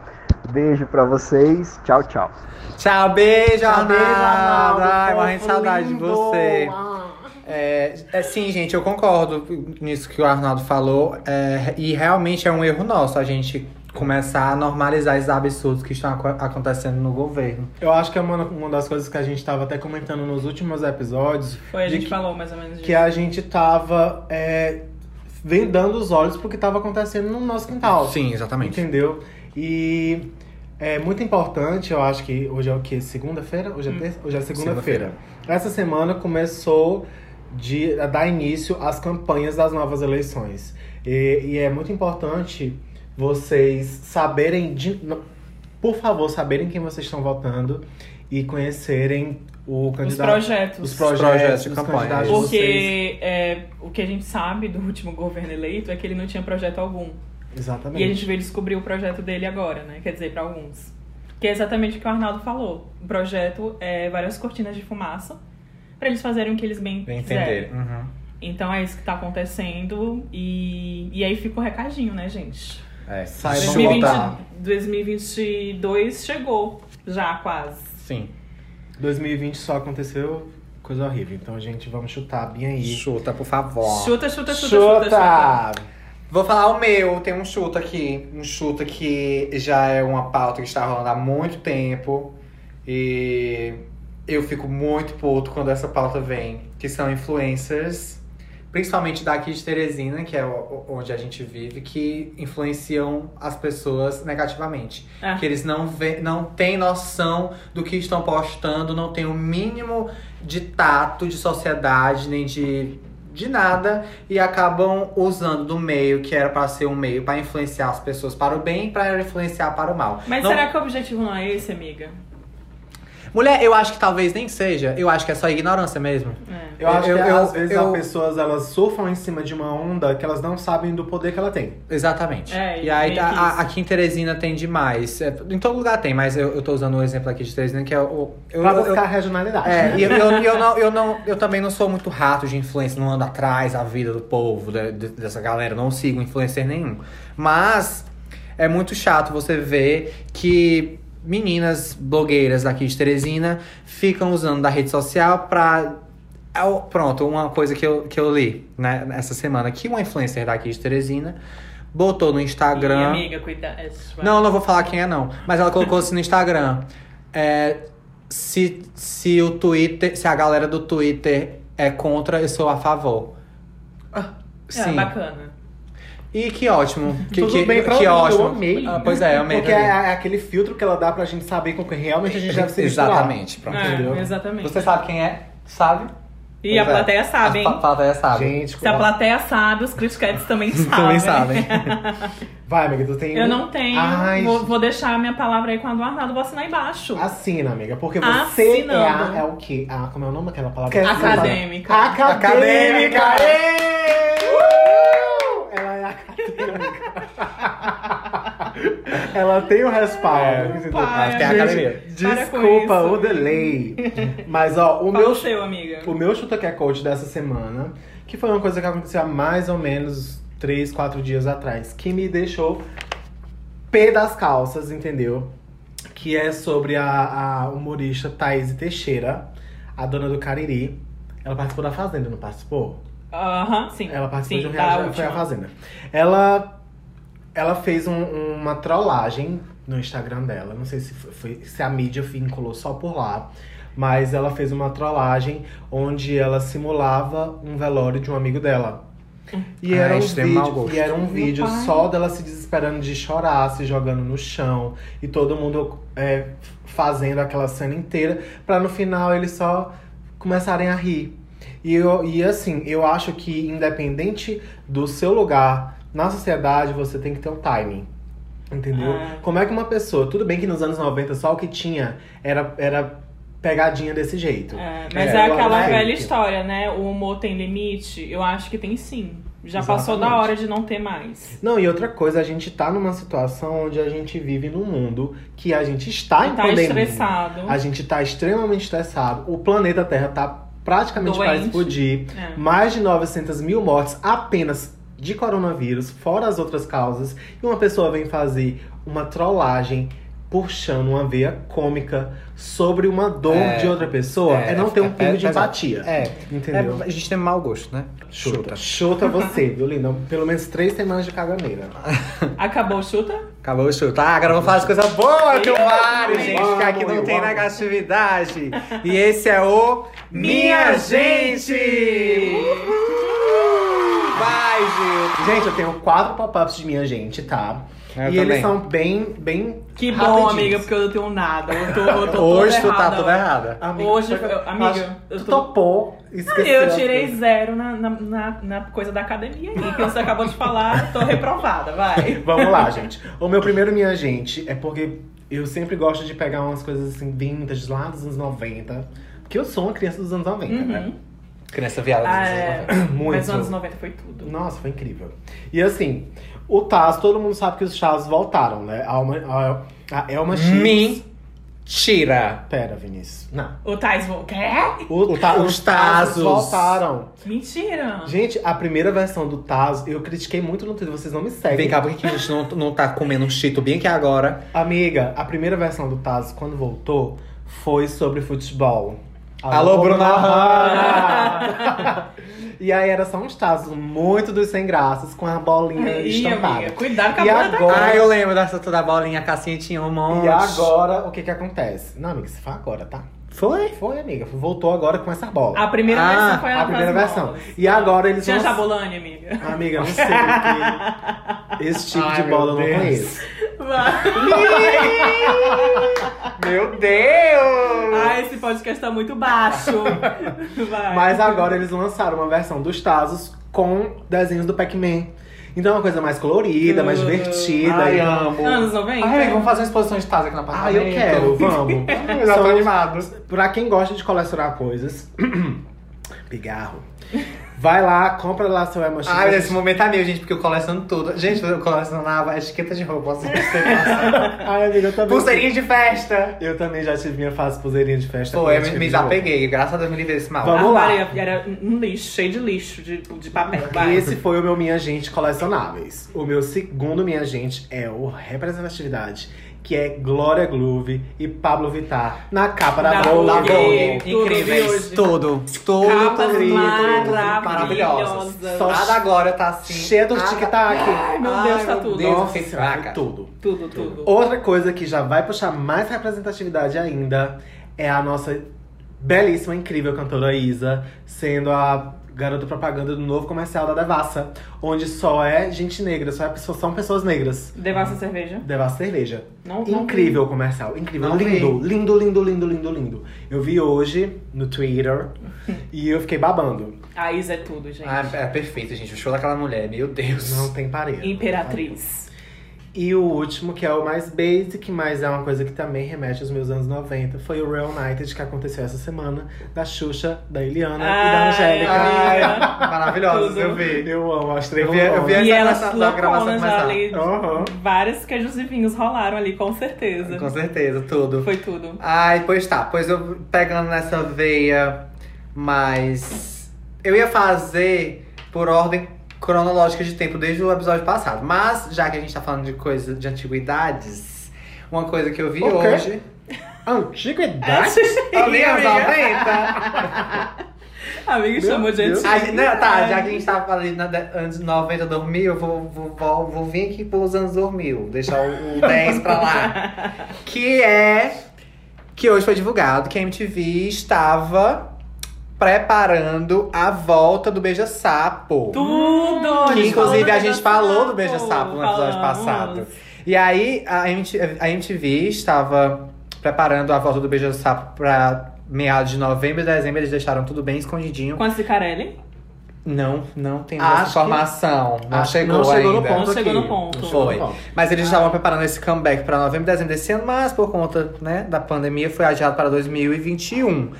S5: Beijo pra vocês. Tchau, tchau.
S2: Tchau, beijo, Arnaldo.
S3: Arnaldo,
S2: Ai,
S3: fofo,
S2: morrendo de saudade de
S3: lindo.
S2: você.
S3: Ah.
S2: É, é, sim, gente, eu concordo nisso que o Arnaldo falou. É, e realmente é um erro nosso a gente começar a normalizar esses absurdos que estão aco- acontecendo no governo.
S3: Eu acho que é uma, uma das coisas que a gente tava até comentando nos últimos episódios,
S1: Foi, a
S3: De
S1: gente
S3: que-
S1: falou mais ou menos disso.
S3: que a gente tava é, vendando os olhos pro que tava acontecendo no nosso quintal.
S2: Sim, exatamente.
S3: Entendeu? E é muito importante, eu acho que hoje é o quê? Segunda-feira?
S2: Hum.
S3: Hoje é terça? Hoje é segunda-feira. Essa semana começou de, a dar início às campanhas das novas eleições. E, e é muito importante vocês saberem, de- não- por favor, saberem quem vocês estão votando e conhecerem o
S1: Os
S3: candidato.
S1: projetos.
S3: Os projetos,
S2: projetos de
S3: os
S2: campanha,
S3: candidatos de vocês.
S1: Porque é, o que a gente sabe do último governo eleito é que ele não tinha projeto algum.
S3: Exatamente.
S1: E a gente veio descobrir o projeto dele agora, né? Quer dizer, pra alguns. Que é exatamente o que o Arnaldo falou. O projeto é várias cortinas de fumaça pra eles fazerem o que eles bem
S2: Pra
S1: quiserem.
S2: entender. Uhum.
S1: Então é isso que tá acontecendo. E, e aí fica o recadinho, né, gente?
S2: É.
S3: Sai,
S2: Vamos
S3: vamos
S1: 2020
S2: voltar.
S1: 2022 chegou já, quase.
S2: Sim.
S3: 2020 só aconteceu coisa horrível. Então, gente, vamos chutar bem aí.
S2: Chuta, por favor.
S1: Chuta, chuta, chuta, chuta, chuta.
S2: Vou falar o meu, tem um chuta aqui. Um chuta que já é uma pauta que está rolando há muito tempo. E eu fico muito puto quando essa pauta vem. Que são influencers, principalmente daqui de Teresina, que é o- onde a gente vive, que influenciam as pessoas negativamente.
S1: Ah.
S2: Que eles não, vê, não têm noção do que estão postando, não têm o mínimo de tato, de sociedade, nem de, de nada e acabam usando do meio que era pra ser um meio pra influenciar as pessoas para o bem para influenciar para o mal.
S1: Mas
S2: Não-
S1: será que o objetivo não é esse, amiga?
S2: Mulher, eu acho que talvez nem seja. Eu acho que é só ignorância mesmo.
S1: É.
S3: Eu acho
S2: Eu-
S3: que
S2: eu-
S3: às vezes
S2: eu-
S3: as pessoas elas surfam em cima de uma onda que elas não sabem do poder que ela tem.
S2: Exatamente.
S1: É,
S2: e aí
S1: meio
S2: a-
S1: que
S2: a-
S1: isso.
S2: aqui em Teresina tem demais. É, em todo lugar tem, mas eu, eu tô usando um exemplo aqui de Teresina que é o. Eu,
S3: pra
S2: eu-
S3: buscar a regionalidade.
S2: É,
S3: né?
S2: e eu, eu, eu não, eu, não, eu também não sou muito rato de influência, não ando atrás da vida do povo, de- de- dessa galera, não sigo influencer nenhum. Mas é muito chato você ver que meninas blogueiras daqui de Teresina ficam usando da rede social pra. é o- Pronto, uma coisa que eu, que eu li né, essa semana, que uma influencer daqui de Teresina botou no
S1: Ih,
S2: Instagram.
S1: amiga, cuidado. É, sua-
S2: Não, não vou falar quem é, não. Mas ela colocou assim no Instagram. É, se, se o Twitter, se a galera do Twitter é contra, eu sou a favor.
S1: É,
S2: Sim.
S1: bacana.
S2: e que ótimo. Que,
S3: Tudo
S2: que,
S3: bem pra
S2: que
S3: mim, eu
S2: ótimo.
S3: amei.
S2: Ah, pois é, eu amei.
S3: Porque é,
S2: também.
S3: é aquele filtro que ela dá pra gente saber com quem realmente a gente deve se misturar.
S2: Ah, Exatamente, pronto.
S1: É,
S3: Entendeu?
S1: exatamente.
S2: Você sabe quem é? Sabe?
S1: E a
S2: Pois é.
S1: plateia sabe,
S2: A pa-
S1: hein?
S2: plateia sabe.
S3: Gente,
S1: Se a
S3: como-
S1: plateia sabe, os critiquetes
S3: <laughs>
S1: também sabem.
S2: <laughs> Também sabem.
S3: Vai, amiga, tu tem. um?
S1: Eu não tenho.
S3: Ai,
S1: vou, vou deixar a minha palavra aí com a do Arnaldo, vou assinar embaixo.
S3: Assina, amiga, porque você é, a,
S1: Assinando.
S3: é o quê? Ah, como é o nome daquela palavra?
S2: Quer-
S1: Acadêmica.
S3: Acadêmica!
S2: Acadêmica!
S3: Ê!
S1: Uh!
S3: Ela é acadêmica. Ela tem o respaldo.
S1: Ai,
S3: entendeu?
S1: pai.
S2: Até a
S3: Gente,
S2: academia.
S1: Para com
S3: Desculpa
S1: isso.
S3: o delay. Mas, ó,
S1: Qual
S3: o meu
S1: o seu, amiga?
S3: o meu chuta que é coach dessa semana, que foi uma coisa que aconteceu há mais ou menos 3, 4 dias atrás, que me deixou pé das calças, entendeu? Que é sobre a, a humorista Thaís Teixeira, a dona do Cariri. Ela participou da Fazenda, não participou?
S1: Aham, sim.
S3: Ela participou
S1: sim, tá
S3: de um
S1: da
S3: reality, foi a
S1: última.
S3: Fazenda. Ela, ela fez um- uma trollagem no Instagram dela. Não sei se, foi- foi- se a mídia vinculou só por lá. Mas ela fez uma trollagem onde ela simulava um velório de um amigo dela. E
S2: Ah,
S3: era, um
S2: extremo mau
S3: vídeo,
S2: gosto.
S3: e era um
S1: Meu
S3: vídeo
S1: pai.
S3: só dela se desesperando de chorar, se jogando no chão. E todo mundo é, fazendo aquela cena inteira. Pra no final eles só começarem a rir. E, eu, e assim, eu acho que independente do seu lugar na sociedade, você tem que ter um timing. Entendeu?
S1: Ah.
S3: Como é que uma pessoa. Tudo bem que nos anos 90 só o que tinha era, era pegadinha desse jeito.
S1: É, mas
S3: É,
S1: é,
S3: eu
S1: aquela
S3: adorei.
S1: velha história, né? O humor tem limite? Eu acho que tem sim. Já passou da
S3: Exatamente.
S1: hora de não ter mais.
S3: Não, e outra coisa, a gente tá numa situação onde a gente vive num mundo que a gente está em
S1: tá
S3: pandemia.
S1: estressado.
S3: A gente tá extremamente estressado. O planeta Terra tá praticamente pra
S1: Doente.
S3: explodir.
S1: É.
S3: Mais de 900 mil mortes apenas de coronavírus, fora as outras causas. E uma pessoa vem fazer uma trollagem puxando uma veia cômica sobre uma dor
S2: É.
S3: de outra pessoa. É,
S2: É,
S3: não ter um
S2: é
S3: pingo de
S2: pesado.
S3: empatia.
S2: É.
S3: Entendeu?
S2: É, a gente tem mau gosto, né?
S3: Chuta. Chuta você, viu, linda? Pelo menos três semanas de caganeira.
S1: Acabou o chuta?
S2: Acabou o chuta. Ah, agora vamos falar de coisa boa que eu vário,
S1: eu
S2: gente, que aqui
S3: amo,
S2: não
S3: eu
S2: tem
S3: amo.
S2: negatividade. E esse é o Minha
S1: Minha
S2: Gente!
S1: Gente!
S2: Uhul! Vai, Gil!
S3: Gente, eu tenho quatro pop-ups de minha gente, tá?
S2: É, Eu
S3: e
S2: também.
S3: eles são bem, bem.
S1: Que bom,
S3: rapidinhos.
S1: amiga, porque eu não tenho nada. Eu tô, eu tô
S2: Hoje
S1: toda
S2: tu tá
S1: errada
S2: toda errada.
S3: Amiga,
S1: Hoje,
S3: tu-
S1: eu- amiga,
S3: acho-
S1: eu
S3: tu
S1: tô-
S3: topou. esqueceu
S1: Eu
S3: as
S1: tirei
S3: coisas.
S1: zero na, na, na- na coisa da academia aí, que você acabou de falar, tô reprovada, vai.
S3: Vamos lá, gente. O meu primeiro Minha Gente é porque eu sempre gosto de pegar umas coisas assim vintage lá dos anos 90. Porque eu sou uma criança dos anos 90, né?
S1: Uhum.
S2: Criança viada. né?
S1: Ah, é.
S2: gente.
S3: Muito.
S1: Mas nos anos 90 foi
S2: Uhum.
S1: tudo.
S3: Nossa, foi incrível. E assim, o Taz, todo mundo sabe que os Chás voltaram, né? A Elma, a, a Elma X.
S2: Mentira!
S3: Pera, Vinícius. Não.
S1: O Tais vo- Quê?
S3: O, Ta-
S2: Os
S3: os Tazos
S2: Tazos.
S3: voltaram.
S1: Mentira!
S3: Gente, a primeira versão do Taz, eu critiquei muito no Twitter, vocês não me seguem.
S2: Vem cá, por que que a gente não, não tá comendo um Cheeto bem aqui agora?
S3: Amiga, a primeira versão do Taz, quando voltou, foi sobre futebol.
S2: Alô, Bruna
S3: Hanna! <laughs> e aí era só uns Tazos muito dos sem graças, com a bolinha
S1: Ih,
S3: estampada.
S1: amiga, cuidado com a
S3: E
S1: bunda da
S3: agora-
S2: Ah, eu lembro dessa da bolinha, a cassinha tinha um monte.
S3: E agora, o que que acontece? Não, amiga, se fala agora, tá?
S2: Foi?
S3: Foi, amiga, voltou agora com essa bola.
S1: A primeira
S2: Ah,
S1: versão foi a
S3: A
S1: das
S3: primeira
S1: novas.
S3: versão. E agora eles
S1: Tinha
S3: vão...
S1: Jabulani, amiga.
S3: Amiga, não sei, porque esse tipo
S2: Ai,
S3: de bola eu
S2: meu
S3: não
S2: Deus.
S3: conheço.
S2: Meu Deus!
S1: Ah, esse podcast tá muito baixo. Vai.
S3: Mas agora eles lançaram uma versão dos Tazos com desenhos do Pac-Man. Então é uma coisa mais colorida, mais
S1: Ah. então.
S3: divertida. então-
S2: amo.
S1: Anos 90?
S2: Ai, vamos fazer uma exposição de Taz aqui na
S3: Ah, eu quero, <laughs> vamos.
S2: Já tô
S3: São-
S2: animado.
S3: Pra quem gosta de colecionar coisas, <clears throat> pigarro. Vai lá, compra lá seu Emma
S2: Ah, esse momento é meu, gente, porque eu coleciono tudo. Gente, eu colecionava etiqueta de roupa, assim, pra você ter noção.
S3: <laughs> Ai, amiga, eu também.
S2: Pulseirinha de festa.
S3: Eu também já tive minha fase pulseirinha de festa.
S2: Pô,
S3: com
S2: eu me,
S3: etiqueta
S2: me
S3: de roupa.
S2: desapeguei, graças a Deus me livrei desse mal.
S3: Vamos lá.
S1: Ah, Maria, Era um lixo, cheio de lixo, de, de papel.
S3: E
S1: Tá Vai.
S3: esse foi o meu Minha Gente Colecionáveis. O meu segundo Minha Gente é o Representatividade, que é Glória Groove e Pablo Vittar na capa da,
S1: Da
S3: Vogue.
S2: Lá
S1: Vogue.
S2: vamos.
S1: Tudo de
S2: Incríveis.
S1: hoje.
S2: Tudo. Tudo.
S1: Capas
S2: tudo, tudo.
S1: maravilhosas.
S2: Maravilhosas. A da agora tá assim.
S3: Cheia dos
S2: a-
S3: tic-tac.
S1: Ah, Ai, meu Deus, tá tudo.
S2: Deus,
S3: Nossa,
S2: fiquei fraca.
S3: tudo.
S1: Tudo, tudo.
S3: Outra coisa que já vai puxar mais representatividade ainda é a nossa belíssima, incrível cantora Isa, sendo a garoto propaganda do novo comercial da Devassa, onde só é gente negra, só, é, pessoa- são pessoas negras.
S1: Devassa cerveja.
S3: Devassa Cerveja.
S1: Não, não
S3: Incrível o comercial, incrível.
S2: Não
S3: lindo, lindo, lindo, lindo, lindo, lindo. Eu vi hoje no Twitter
S1: <laughs>
S3: e eu fiquei babando.
S1: A Isa é tudo, gente.
S2: Ah, é perfeito, gente. O show daquela mulher, meu Deus.
S3: Não tem parede.
S1: Imperatriz.
S3: E o último, que é o mais basic, mas é uma coisa que também remete aos meus anos 90, foi o Reunited que aconteceu essa semana, da Xuxa, da Eliana e da
S1: Ai,
S3: Angélica.
S2: Ai,
S1: amiga.
S2: maravilhosos,
S1: Tudo.
S2: eu vi.
S3: Eu amo as
S2: Eu vi, eu vi essa
S3: três.
S1: E elas
S2: gravação- da gravação
S1: louconas
S2: começar.
S1: ali.
S3: Aham.
S1: Vários queijos e vinhos rolaram ali, com certeza.
S2: Com certeza, tudo.
S1: Foi tudo.
S2: Ai, pois tá. Pois eu pegando nessa veia, mas eu ia fazer por ordem cronológica de tempo desde o episódio passado. Mas já que a gente tá falando de coisa de antiguidades, uma coisa que eu vi
S3: O quê?
S2: hoje,
S3: Antiguidade?
S2: ali
S1: <laughs>
S2: anos
S1: amiga.
S2: 90.
S1: Amiga
S3: Meu
S1: chamou de
S3: Deus.
S1: antiga.
S2: A gente- não, tá, já que a gente tava falando na de- anos 90 dormir, eu vou, vou, vou, vou vir aqui pros anos 2000, deixar o,
S3: <laughs>
S2: o 10 pra lá. Que é que hoje foi divulgado que a MTV estava preparando a volta do Beija Sapo.
S1: Tudo!
S2: Que, inclusive, a
S1: falou do
S2: gente falou do Beija-Sapo no episódio
S1: Falamos.
S2: passado. E aí a MTV, a MTV estava preparando a volta do Beija Sapo pra meados de novembro e dezembro, eles deixaram tudo bem escondidinho.
S1: Com a Cicarelli.
S2: Não, não tem
S3: Acho
S2: essa informação. Não
S3: Acho que
S2: chegou
S3: não chegou
S2: ainda.
S3: no ponto
S1: Não chegou
S3: aqui.
S1: no ponto.
S3: Não chegou no
S2: Foi.
S3: ponto.
S2: Mas
S1: Ah.
S2: eles estavam preparando esse comeback para novembro, dezembro desse ano, mas por conta né, da pandemia foi adiado para 2021.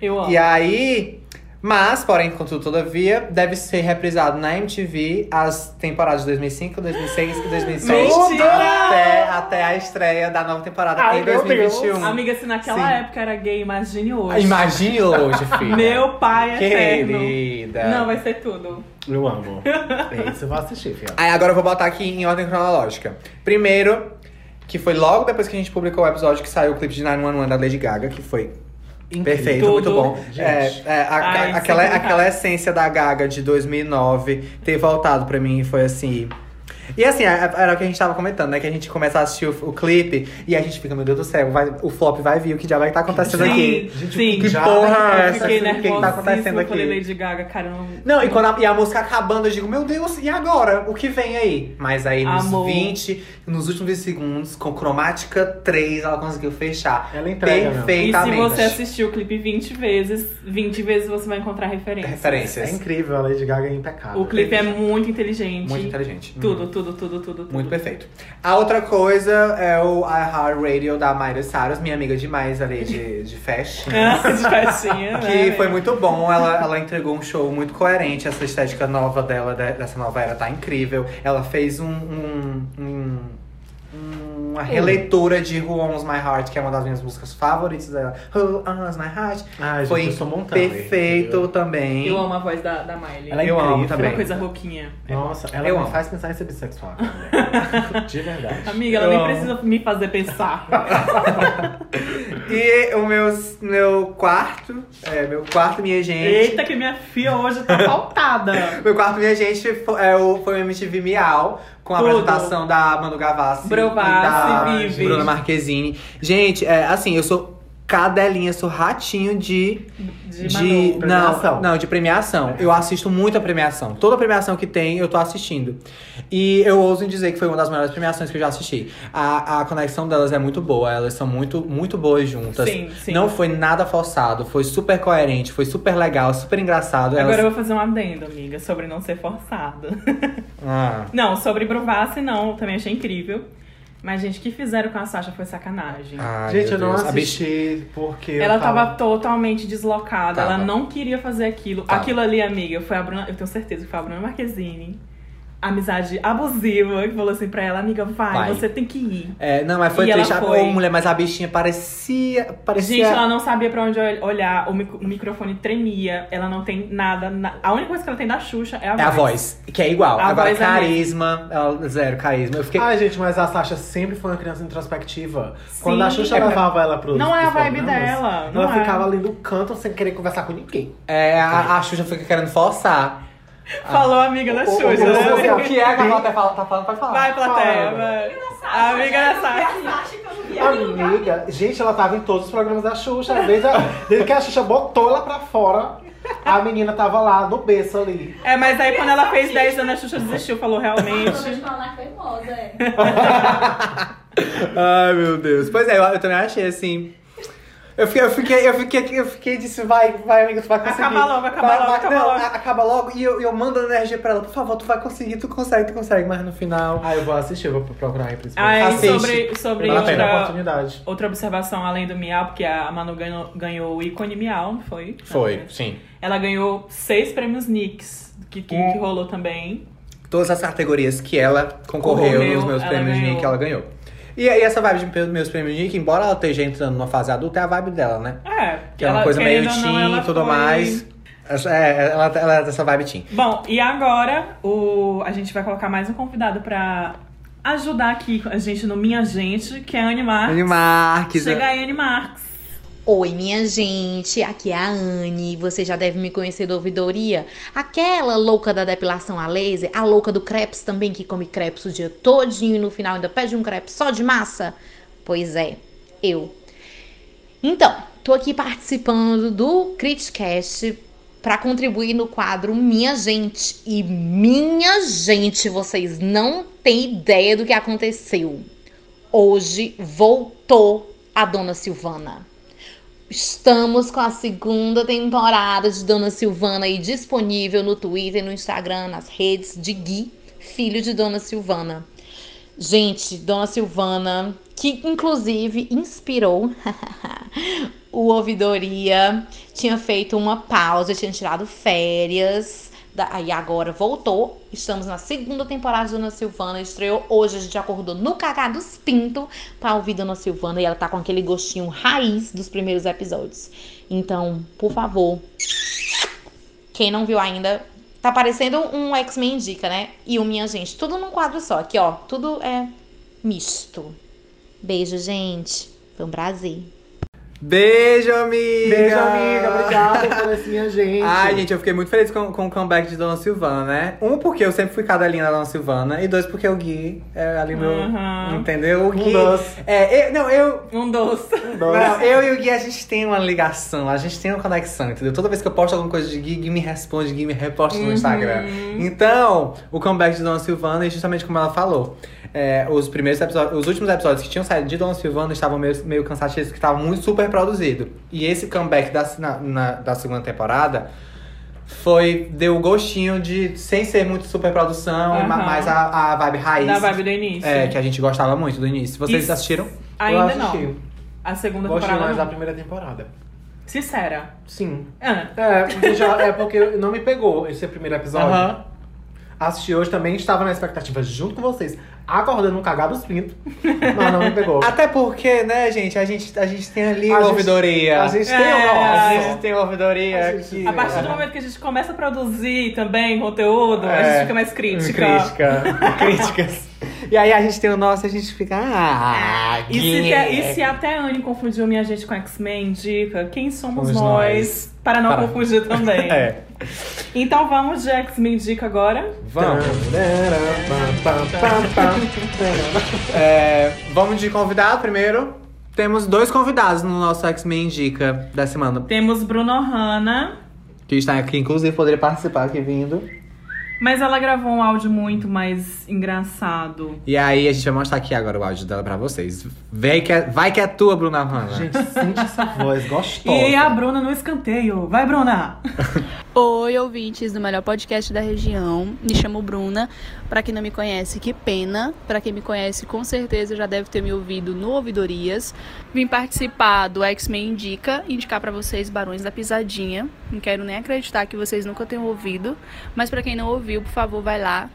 S1: Eu amo.
S2: E aí. Mas, porém, contudo, todavia, deve ser reprisado na MTV as temporadas de 2005, 2006 e 2007.
S1: Mentira!
S2: Até, até a estreia da nova temporada
S3: Ai,
S2: em
S3: meu Deus.
S2: 2021.
S1: Amiga, se naquela
S2: Sim.
S1: época era gay, imagine hoje.
S2: Imagine hoje, filha.
S1: Meu pai é
S2: é
S1: eterno.
S2: Querida.
S1: Não, vai ser tudo.
S3: Eu amo. É isso, eu vou assistir, filha.
S2: Aí agora eu vou botar aqui em ordem cronológica. Primeiro, que foi logo depois que a gente publicou o episódio que saiu o clipe de 911 da Lady Gaga, que foi perfeito,
S1: Tudo.
S2: muito bom.
S3: Gente.
S2: É, é, a-
S1: Ai,
S2: a- aquela,
S1: sem comentário.
S2: aquela essência da Gaga de 2009 ter voltado pra mim foi assim. E assim, a- era o que a gente tava comentando, né? Que a gente começa a assistir o, o clipe e a gente fica, meu Deus do céu, vai- o flop vai vir, o que já vai estar acontecendo Tá aqui.
S3: Gente,
S1: sim.
S2: Que
S3: já-
S2: porra é
S1: Eu
S2: essa?
S1: fiquei
S2: O que que tá
S1: nervosíssima.
S2: acontecendo
S1: eu falei
S2: aqui?
S1: Lady Gaga, caramba.
S2: Não, e, quando a, e a música acabando, eu digo, meu Deus, e agora? O que vem aí? Mas aí nos
S1: Amor.
S2: 20, nos últimos 20 segundos, com cromática 3, ela conseguiu fechar. <laughs>
S3: Ela entrega, né?
S1: E se
S2: Perfeitamente.
S1: você assistiu o clipe 20 vezes, 20 vezes você vai encontrar referência.
S3: É
S2: Referências.
S3: incrível, a Lady Gaga é impecável.
S1: O clipe é muito inteligente.
S2: Muito inteligente. Uhum.
S1: Tudo, tudo, tudo, tudo, tudo. <laughs>
S2: Muito perfeito. A outra coisa é o iHeartRadio da Miley Cyrus, minha amiga demais ali de, de fashion.
S1: Ah, de
S2: <laughs>
S1: festinha, né?
S3: É,
S2: Que foi muito bom, ela, ela entregou um show muito coerente. Essa estética nova dela, de- dessa nova era, tá incrível. Ela fez um. um- um- uma releitura de Who Owns My Heart, que é uma das minhas músicas favoritas dela. Who Owns My Heart.
S3: Ai, gente,
S2: foi
S3: eu sou montando.
S2: perfeito também.
S1: Eu amo a voz da, da Miley.
S3: Ela é
S2: Eu amo
S1: Foi
S3: incrível.
S2: também.
S1: uma coisa rouquinha.
S3: Nossa, ela
S2: Eu
S3: me
S2: amo.
S3: faz pensar em
S2: <laughs>
S3: ser bissexual. cara. De verdade.
S1: Amiga, ela
S2: Eu
S1: nem
S2: amo.
S1: precisa me fazer pensar.
S2: E o meus, meu quarto, é, meu quarto, minha <laughs> gente.
S1: Eita, que minha filha hoje tá <laughs> faltada.
S2: Meu quarto, minha gente, fo- é o- foi o MTV Miau, com a
S1: Tudo.
S2: apresentação da Manu Gavassi
S1: Brovassi,
S2: e da
S1: Vives.
S2: Bruna Marquezine. Gente, é, assim, eu sou cadelinha, sou ratinho de...
S1: De, Manu.
S2: não,
S3: Premiação.
S2: não, de premiação. Eu assisto muito a premiação. Toda premiação que tem, eu tô assistindo. E eu ouso em dizer que foi uma das melhores premiações que eu já assisti. A, a conexão delas é muito boa, elas são muito, muito boas juntas.
S1: Sim, sim.
S2: Não foi nada forçado, foi super coerente, foi super legal, super engraçado.
S1: Agora
S2: elas...
S1: eu vou fazer um adendo, amiga, sobre não ser forçado. <laughs>
S2: Ah.
S1: Não, sobre Brovassi, não. eu Também achei incrível. Mas, gente, o que fizeram com a Sasha foi sacanagem.
S2: Ai,
S3: Gente,
S2: meu
S3: eu não
S2: Deus. A bicha-
S3: assisti porque. eu
S1: Ela tava totalmente deslocada,
S2: Tava.
S1: ela não queria fazer aquilo.
S2: Tava.
S1: Aquilo ali, amiga, foi a Bruna, eu tenho certeza que foi a Bruna Marquezine. Amizade abusiva, que falou assim pra ela, amiga, vai,
S2: Vai.
S1: você tem que ir.
S2: É, não, mas foi
S1: E ela
S2: triste. Ah,
S1: foi.
S2: Ô, mulher, mas a bichinha parecia. parecia...
S1: Gente, ela não sabia pra onde ol- olhar, o, mic- o microfone tremia, ela não tem nada. na- A única coisa que ela tem da Xuxa é a
S2: É a voz, que é igual.
S1: A
S2: Agora,
S1: voz é
S2: carisma, ela- zero carisma. Eu fiquei.
S3: Ai, gente, mas a Sasha sempre foi uma criança introspectiva.
S1: Sim.
S3: Quando a
S2: É
S3: Xuxa levava ela pro.
S1: Não é a vibe dela, não
S3: ela
S1: é.
S3: ficava ali no canto sem querer conversar com ninguém.
S2: É, a, a Xuxa fica querendo forçar.
S1: Falou a amiga da
S3: o-
S1: Xuxa,
S3: o-
S2: O
S1: né?
S3: o-
S2: que é que a Plateia fala- tá falando, pode falar.
S1: Vai, plateia,
S3: Fala.
S1: vai.
S4: A
S6: né?
S1: A amiga da Sasha.
S4: que eu não
S3: é.
S4: vi ela em lugar nenhum.
S3: Amiga, gente, ela tava em todos os programas da Xuxa. Desde, a- desde que a Xuxa botou ela pra fora, A menina tava lá no berço ali.
S1: É, mas aí quando ela fez 10 anos, a Xuxa desistiu, falou
S6: Falou de
S1: realmente.
S6: falar que foi moda, é.
S2: Ai, meu Deus. Pois é, eu, eu também achei assim. Eu fiquei, eu fiquei, eu fiquei, eu fiquei disse, vai, vai, amiga, tu vai conseguir.
S1: Acaba logo, acaba
S2: Vai,
S1: logo,
S2: vai,
S1: acaba
S2: não,
S1: logo.
S2: a- Acaba logo e eu, eu mando energia pra ela, por favor, tu vai conseguir, tu consegue, tu consegue, mas no final.
S3: Ah, eu vou assistir, eu vou procurar aí, principalmente.
S1: Aí
S2: Assiste.
S1: sobre, sobre
S3: Vale a pena a
S1: outra,
S3: oportunidade.
S1: outra observação além do Miau, porque a Manu ganhou, ganhou o ícone Miau, não foi?
S2: sim.
S1: Ela ganhou seis prêmios Nix, que, que,
S2: Um.
S1: que rolou também.
S2: Todas as categorias que ela concorreu
S1: Concorreu,
S2: nos meus
S1: ela
S2: prêmios de
S1: ganhou.
S2: Nick, ela ganhou. E aí, essa vibe de meus prêmios de Nick, embora ela esteja entrando numa fase adulta, é a vibe dela, né?
S1: É,
S2: Que é uma coisa meio
S1: querendo ou não,
S2: teen e
S1: ela
S2: tudo
S1: foi-
S2: mais. Essa- É, ela, ela é dessa vibe teen.
S1: Bom, e agora o... a gente vai colocar mais um convidado pra ajudar aqui a gente no Minha Gente, que é a Anne Marques.
S2: Anne Marques.
S1: Chega aí, Anne Marques.
S7: Oi, minha gente, aqui é a Anne. Você já deve me conhecer da ouvidoria. Aquela louca da depilação a laser, a louca do crepes também, que come crepes o dia todinho e no final ainda pede um crepe só de massa? Pois é, eu. Então, tô aqui participando do Criticast para contribuir no quadro Minha Gente. E minha gente, vocês não têm ideia do que aconteceu. Hoje voltou a Dona Silvana. Estamos com a segunda temporada de Dona Silvana aí disponível no Twitter, no Instagram, nas redes de Gui, filho de Dona Silvana. Gente, Dona Silvana, que inclusive inspirou <laughs> o Ouvidoria, tinha feito uma pausa, tinha tirado férias, da- aí agora voltou. Estamos na segunda temporada de Dona Silvana, estreou hoje, a gente acordou no Cacá dos Pinto pra ouvir Dona Silvana e ela tá com aquele gostinho raiz dos primeiros episódios. Então, por favor, quem não viu ainda, tá parecendo um X-Men Indica, né? E o Minha Gente, tudo num quadro só, aqui ó, tudo é misto. Beijo, gente. Foi um prazer.
S2: Beijo, amiga!
S3: Beijo, amiga. Obrigado por
S2: <laughs>
S3: esse minha gente.
S2: Ai, gente, eu fiquei muito feliz com, com o comeback de Dona Silvana, né? Um, porque eu sempre fui cadelinha da Dona Silvana. E dois, porque o Gui é ali meu...
S1: Aham.
S2: Entendeu? O
S3: Um
S2: Gui...
S3: doce,
S2: é, eu- não, eu...
S1: Um doce.
S3: um
S1: né?
S2: Não,
S3: doce.
S2: eu e o Gui, a gente tem uma ligação, a gente tem uma conexão, entendeu? Toda vez que eu posto alguma coisa de Gui, Gui me responde, Gui me reposta
S1: Uhum.
S2: no Instagram. Então, o comeback de Dona Silvana, e justamente como ela falou, é, os primeiros episódios, os últimos episódios que tinham saído de Dona Silvana estavam meio, meio cansativos, que estavam muito super produzido. E esse comeback da, na- na- da segunda temporada foi, deu o gostinho de, sem ser muito super produção,
S1: Aham.
S2: ma- mas a, a vibe raiz.
S1: Da vibe do início.
S2: É, que a gente gostava muito do início. Vocês
S1: Isso.
S2: assistiram?
S1: Ainda
S3: eu
S1: não.
S3: assisti.
S1: A segunda
S3: Gostei
S1: temporada.
S3: mais da
S1: não.
S3: primeira temporada.
S1: Sincera.
S3: Sim.
S1: Ah,
S3: É, porque já- é porque não me pegou esse primeiro episódio.
S2: Aham.
S3: Assisti hoje também, estava na expectativa junto com vocês, acordando um cagado dos pintos, mas não me
S2: <laughs>
S3: pegou.
S2: Até porque, né, gente, a gente, a gente tem ali
S3: A
S2: uma
S3: gente-
S2: ouvidoria.
S3: A gente tem
S1: É,
S3: o nosso.
S2: A gente tem uma ouvidoria
S3: A gente-
S2: que...
S1: a partir do momento que a gente começa a produzir também conteúdo, a
S2: É. um
S1: gente fica mais crítica.
S2: Crítica. <laughs> Críticas. E aí a gente tem o nosso e a gente fica. Ah,
S1: E se,
S2: yeah.
S1: te- e se até a Anne confundiu minha gente com X-Men, dica, quem somos
S2: Somos
S1: nós,
S2: nós.
S1: para não
S2: Para. <laughs>
S1: confundir também.
S2: É.
S1: Então vamos de X-Men dica agora.
S2: Vamos.
S3: Pam, pam,
S2: Então.
S3: pam, pam.
S2: É, vamos de convidado primeiro. Temos dois convidados no nosso X-Men Dica da semana.
S1: Temos Bruno Hanna,
S2: Que está aqui, inclusive, poderia participar aqui vindo.
S1: mas ela gravou um áudio muito mais engraçado.
S2: E aí a gente vai mostrar aqui agora o áudio dela pra vocês. Vem que é- vai que é tua, Bruna Hanna.
S3: Gente, sente essa voz gostosa.
S1: E a Bruna no escanteio. Vai, Bruna!
S8: Oi, ouvintes do melhor podcast da região. Me chamo Bruna. Pra quem não me conhece, que pena. Pra quem me conhece, com certeza já deve ter me ouvido no Ouvidorias. Vim participar do X-Men Indica, indicar pra vocês Barões da Pisadinha. Não quero nem acreditar que vocês nunca tenham ouvido, mas pra quem não ouviu, por favor, vai lá,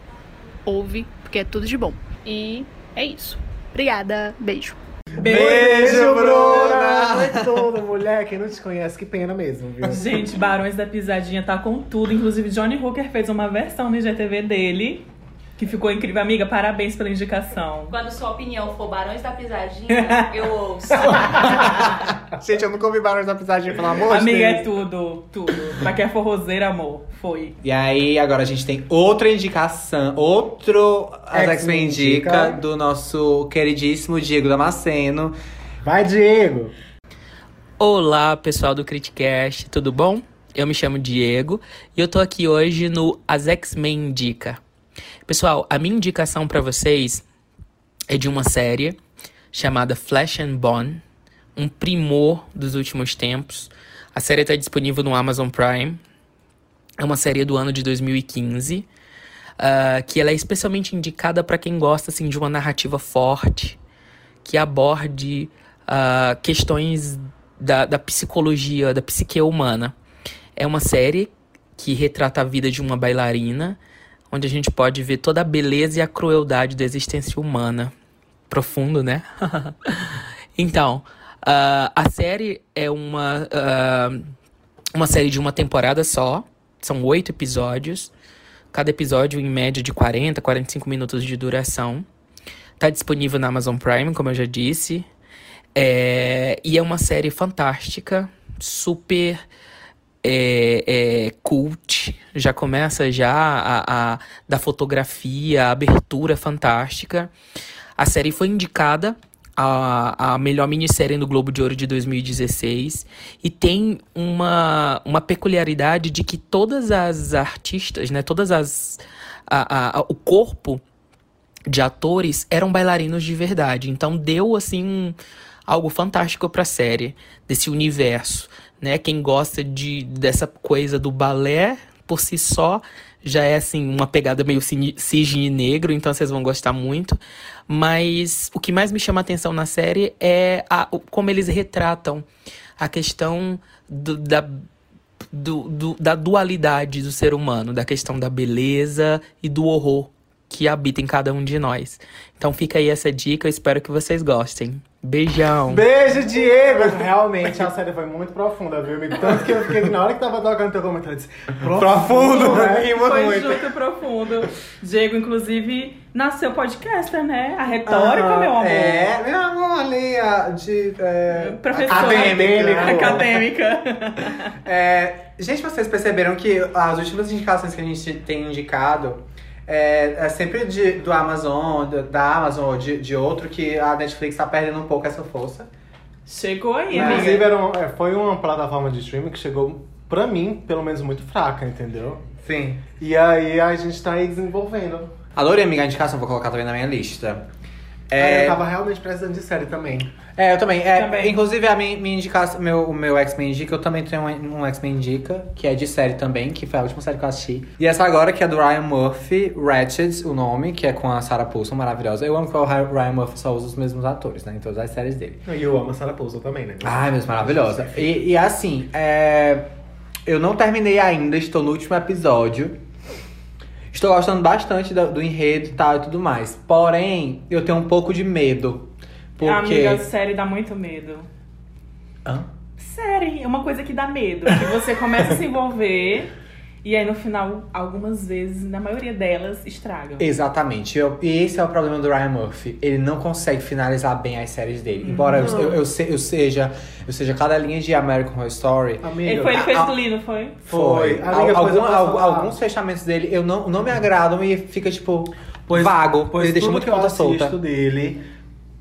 S8: ouve, porque é tudo de bom. E é isso. Obrigada. Beijo.
S2: Beijo, Bruna!
S3: Oi, toda mulher, quem não te conhece, que pena mesmo, viu?
S1: Gente, Barões da Pisadinha tá com tudo. Inclusive, Johnny Hooker fez uma versão no IGTV dele, que ficou incrível. Amiga, parabéns pela indicação.
S6: Quando sua opinião for Barões da
S7: <laughs>
S6: Pisadinha, eu ouço.
S2: Gente, eu nunca ouvi barulho da pisadinha, pelo amor de
S1: Amiga,
S2: Deus.
S1: é tudo, tudo. Pra quem é forrozeira, amor, foi.
S2: E aí, agora a gente tem outra indicação, outro As
S3: X-Men
S2: X-Men indica
S3: Indica.
S2: do nosso queridíssimo Diego Damasceno.
S3: Vai, Diego!
S9: Olá, pessoal do Criticast, tudo bom? Eu me chamo Diego e eu tô aqui hoje no As X-Men Indica. Pessoal, a minha indicação pra vocês é de uma série chamada Flash and Bone, um primor dos últimos tempos. A série está disponível no Amazon Prime. É uma série do ano de 2015, ah, que ela é especialmente indicada para quem gosta assim, de uma narrativa forte, que aborde ah, questões da, da psicologia, da psique humana. É uma série que retrata a vida de uma bailarina, onde a gente pode ver toda a beleza e a crueldade da existência humana. Profundo, né? <laughs> então, ah, a série é uma, ah, uma série de uma temporada só. São oito episódios. Cada episódio, em média, de 40, 45 minutos de duração. Tá disponível na Amazon Prime, como eu já disse. É, e é uma série fantástica, super é, é, cult. Já começa já a, a- da fotografia, a abertura fantástica. A série foi indicada a, a melhor minissérie no Globo de Ouro de 2016 e tem uma, uma peculiaridade de que todas as artistas, né, todas as a- a- a- o corpo de atores eram bailarinos de verdade. Então deu assim um- algo fantástico para a série desse universo, né? Quem gosta de dessa coisa do balé por si só já é assim uma pegada meio cine- cisne negro, então vocês vão gostar muito. Mas o que mais me chama a atenção na série é a- o- como eles retratam a questão do- da, do- do- da dualidade do ser humano, da questão da beleza e do horror que habita em cada um de nós. Então fica aí essa dica, eu espero que vocês gostem. Beijão!
S3: Beijo, Diego! Realmente, a série foi muito profunda, viu, amigo? Tanto que eu fiquei, na hora que tava tocando teu comentário, eu disse...
S2: Profundo, né?
S3: né?
S2: Rima
S1: Foi
S2: muito.
S1: junto e profundo. Diego, inclusive, nasceu podcaster, né? A retórica,
S3: Aham,
S1: meu amor.
S2: É, meu amor, ali, a- de. É,
S1: Professora.
S2: acadêmica.
S1: Acadêmica.
S2: É, gente, vocês perceberam que as últimas indicações que a gente tem indicado é, é sempre de- do Amazon, do- da Amazon ou de, de outro, que a Netflix tá perdendo um pouco essa força.
S1: Chegou aí,
S3: Inclusive,
S1: amiga.
S3: era um- é, foi uma plataforma de streaming que chegou, pra mim, pelo menos, muito fraca, entendeu?
S2: Sim.
S3: E aí, a gente tá aí desenvolvendo.
S2: Alô, amiga, a indicação vou colocar também na minha lista.
S3: Aí
S2: É,
S3: eu tava realmente precisando de série também.
S2: é, eu também. É,
S1: Também.
S2: Inclusive, a minha, minha indicação, meu, o meu X-Men Indica, eu também tenho um, um X-Men Indica, que é de série também, que foi a última série que eu assisti. E essa agora, que é do Ryan Murphy, Ratched, o nome, que é com a Sarah Paulson, maravilhosa. Eu amo que o Ryan Murphy só usa os mesmos atores, né, em todas as séries dele.
S3: E eu amo a Sarah Paulson também, né?
S2: Ai, meu, maravilhosa. E, e assim, é, eu não terminei ainda, estou no último episódio. Estou gostando bastante do, do enredo e tal e tudo mais. Porém, eu tenho um pouco de medo. Porque.
S1: Amiga, série dá muito medo.
S2: Hã?
S1: Série é uma coisa que dá medo. Que você começa a se envolver e aí no final, algumas vezes, na maioria delas, estragam.
S2: Exatamente. Eu- e esse é o problema do Ryan Murphy. Ele não consegue finalizar bem as séries dele. Embora eu, eu, eu se- eu seja. Eu seja cada linha de American Horror Story.
S3: Amiga,
S1: Ele foi, ele fez
S2: a-
S1: Glee, não foi?
S3: Foi.
S2: Al-
S3: Amiga, pois eu
S2: algum-
S3: posso
S2: al-
S3: falar.
S2: alguns fechamentos dele eu não, não me agradam e fica, tipo, vago.
S3: Pois
S2: ele deixa
S3: tudo
S2: muito
S3: que eu
S2: ponta
S3: assisto
S2: solta.
S3: dele,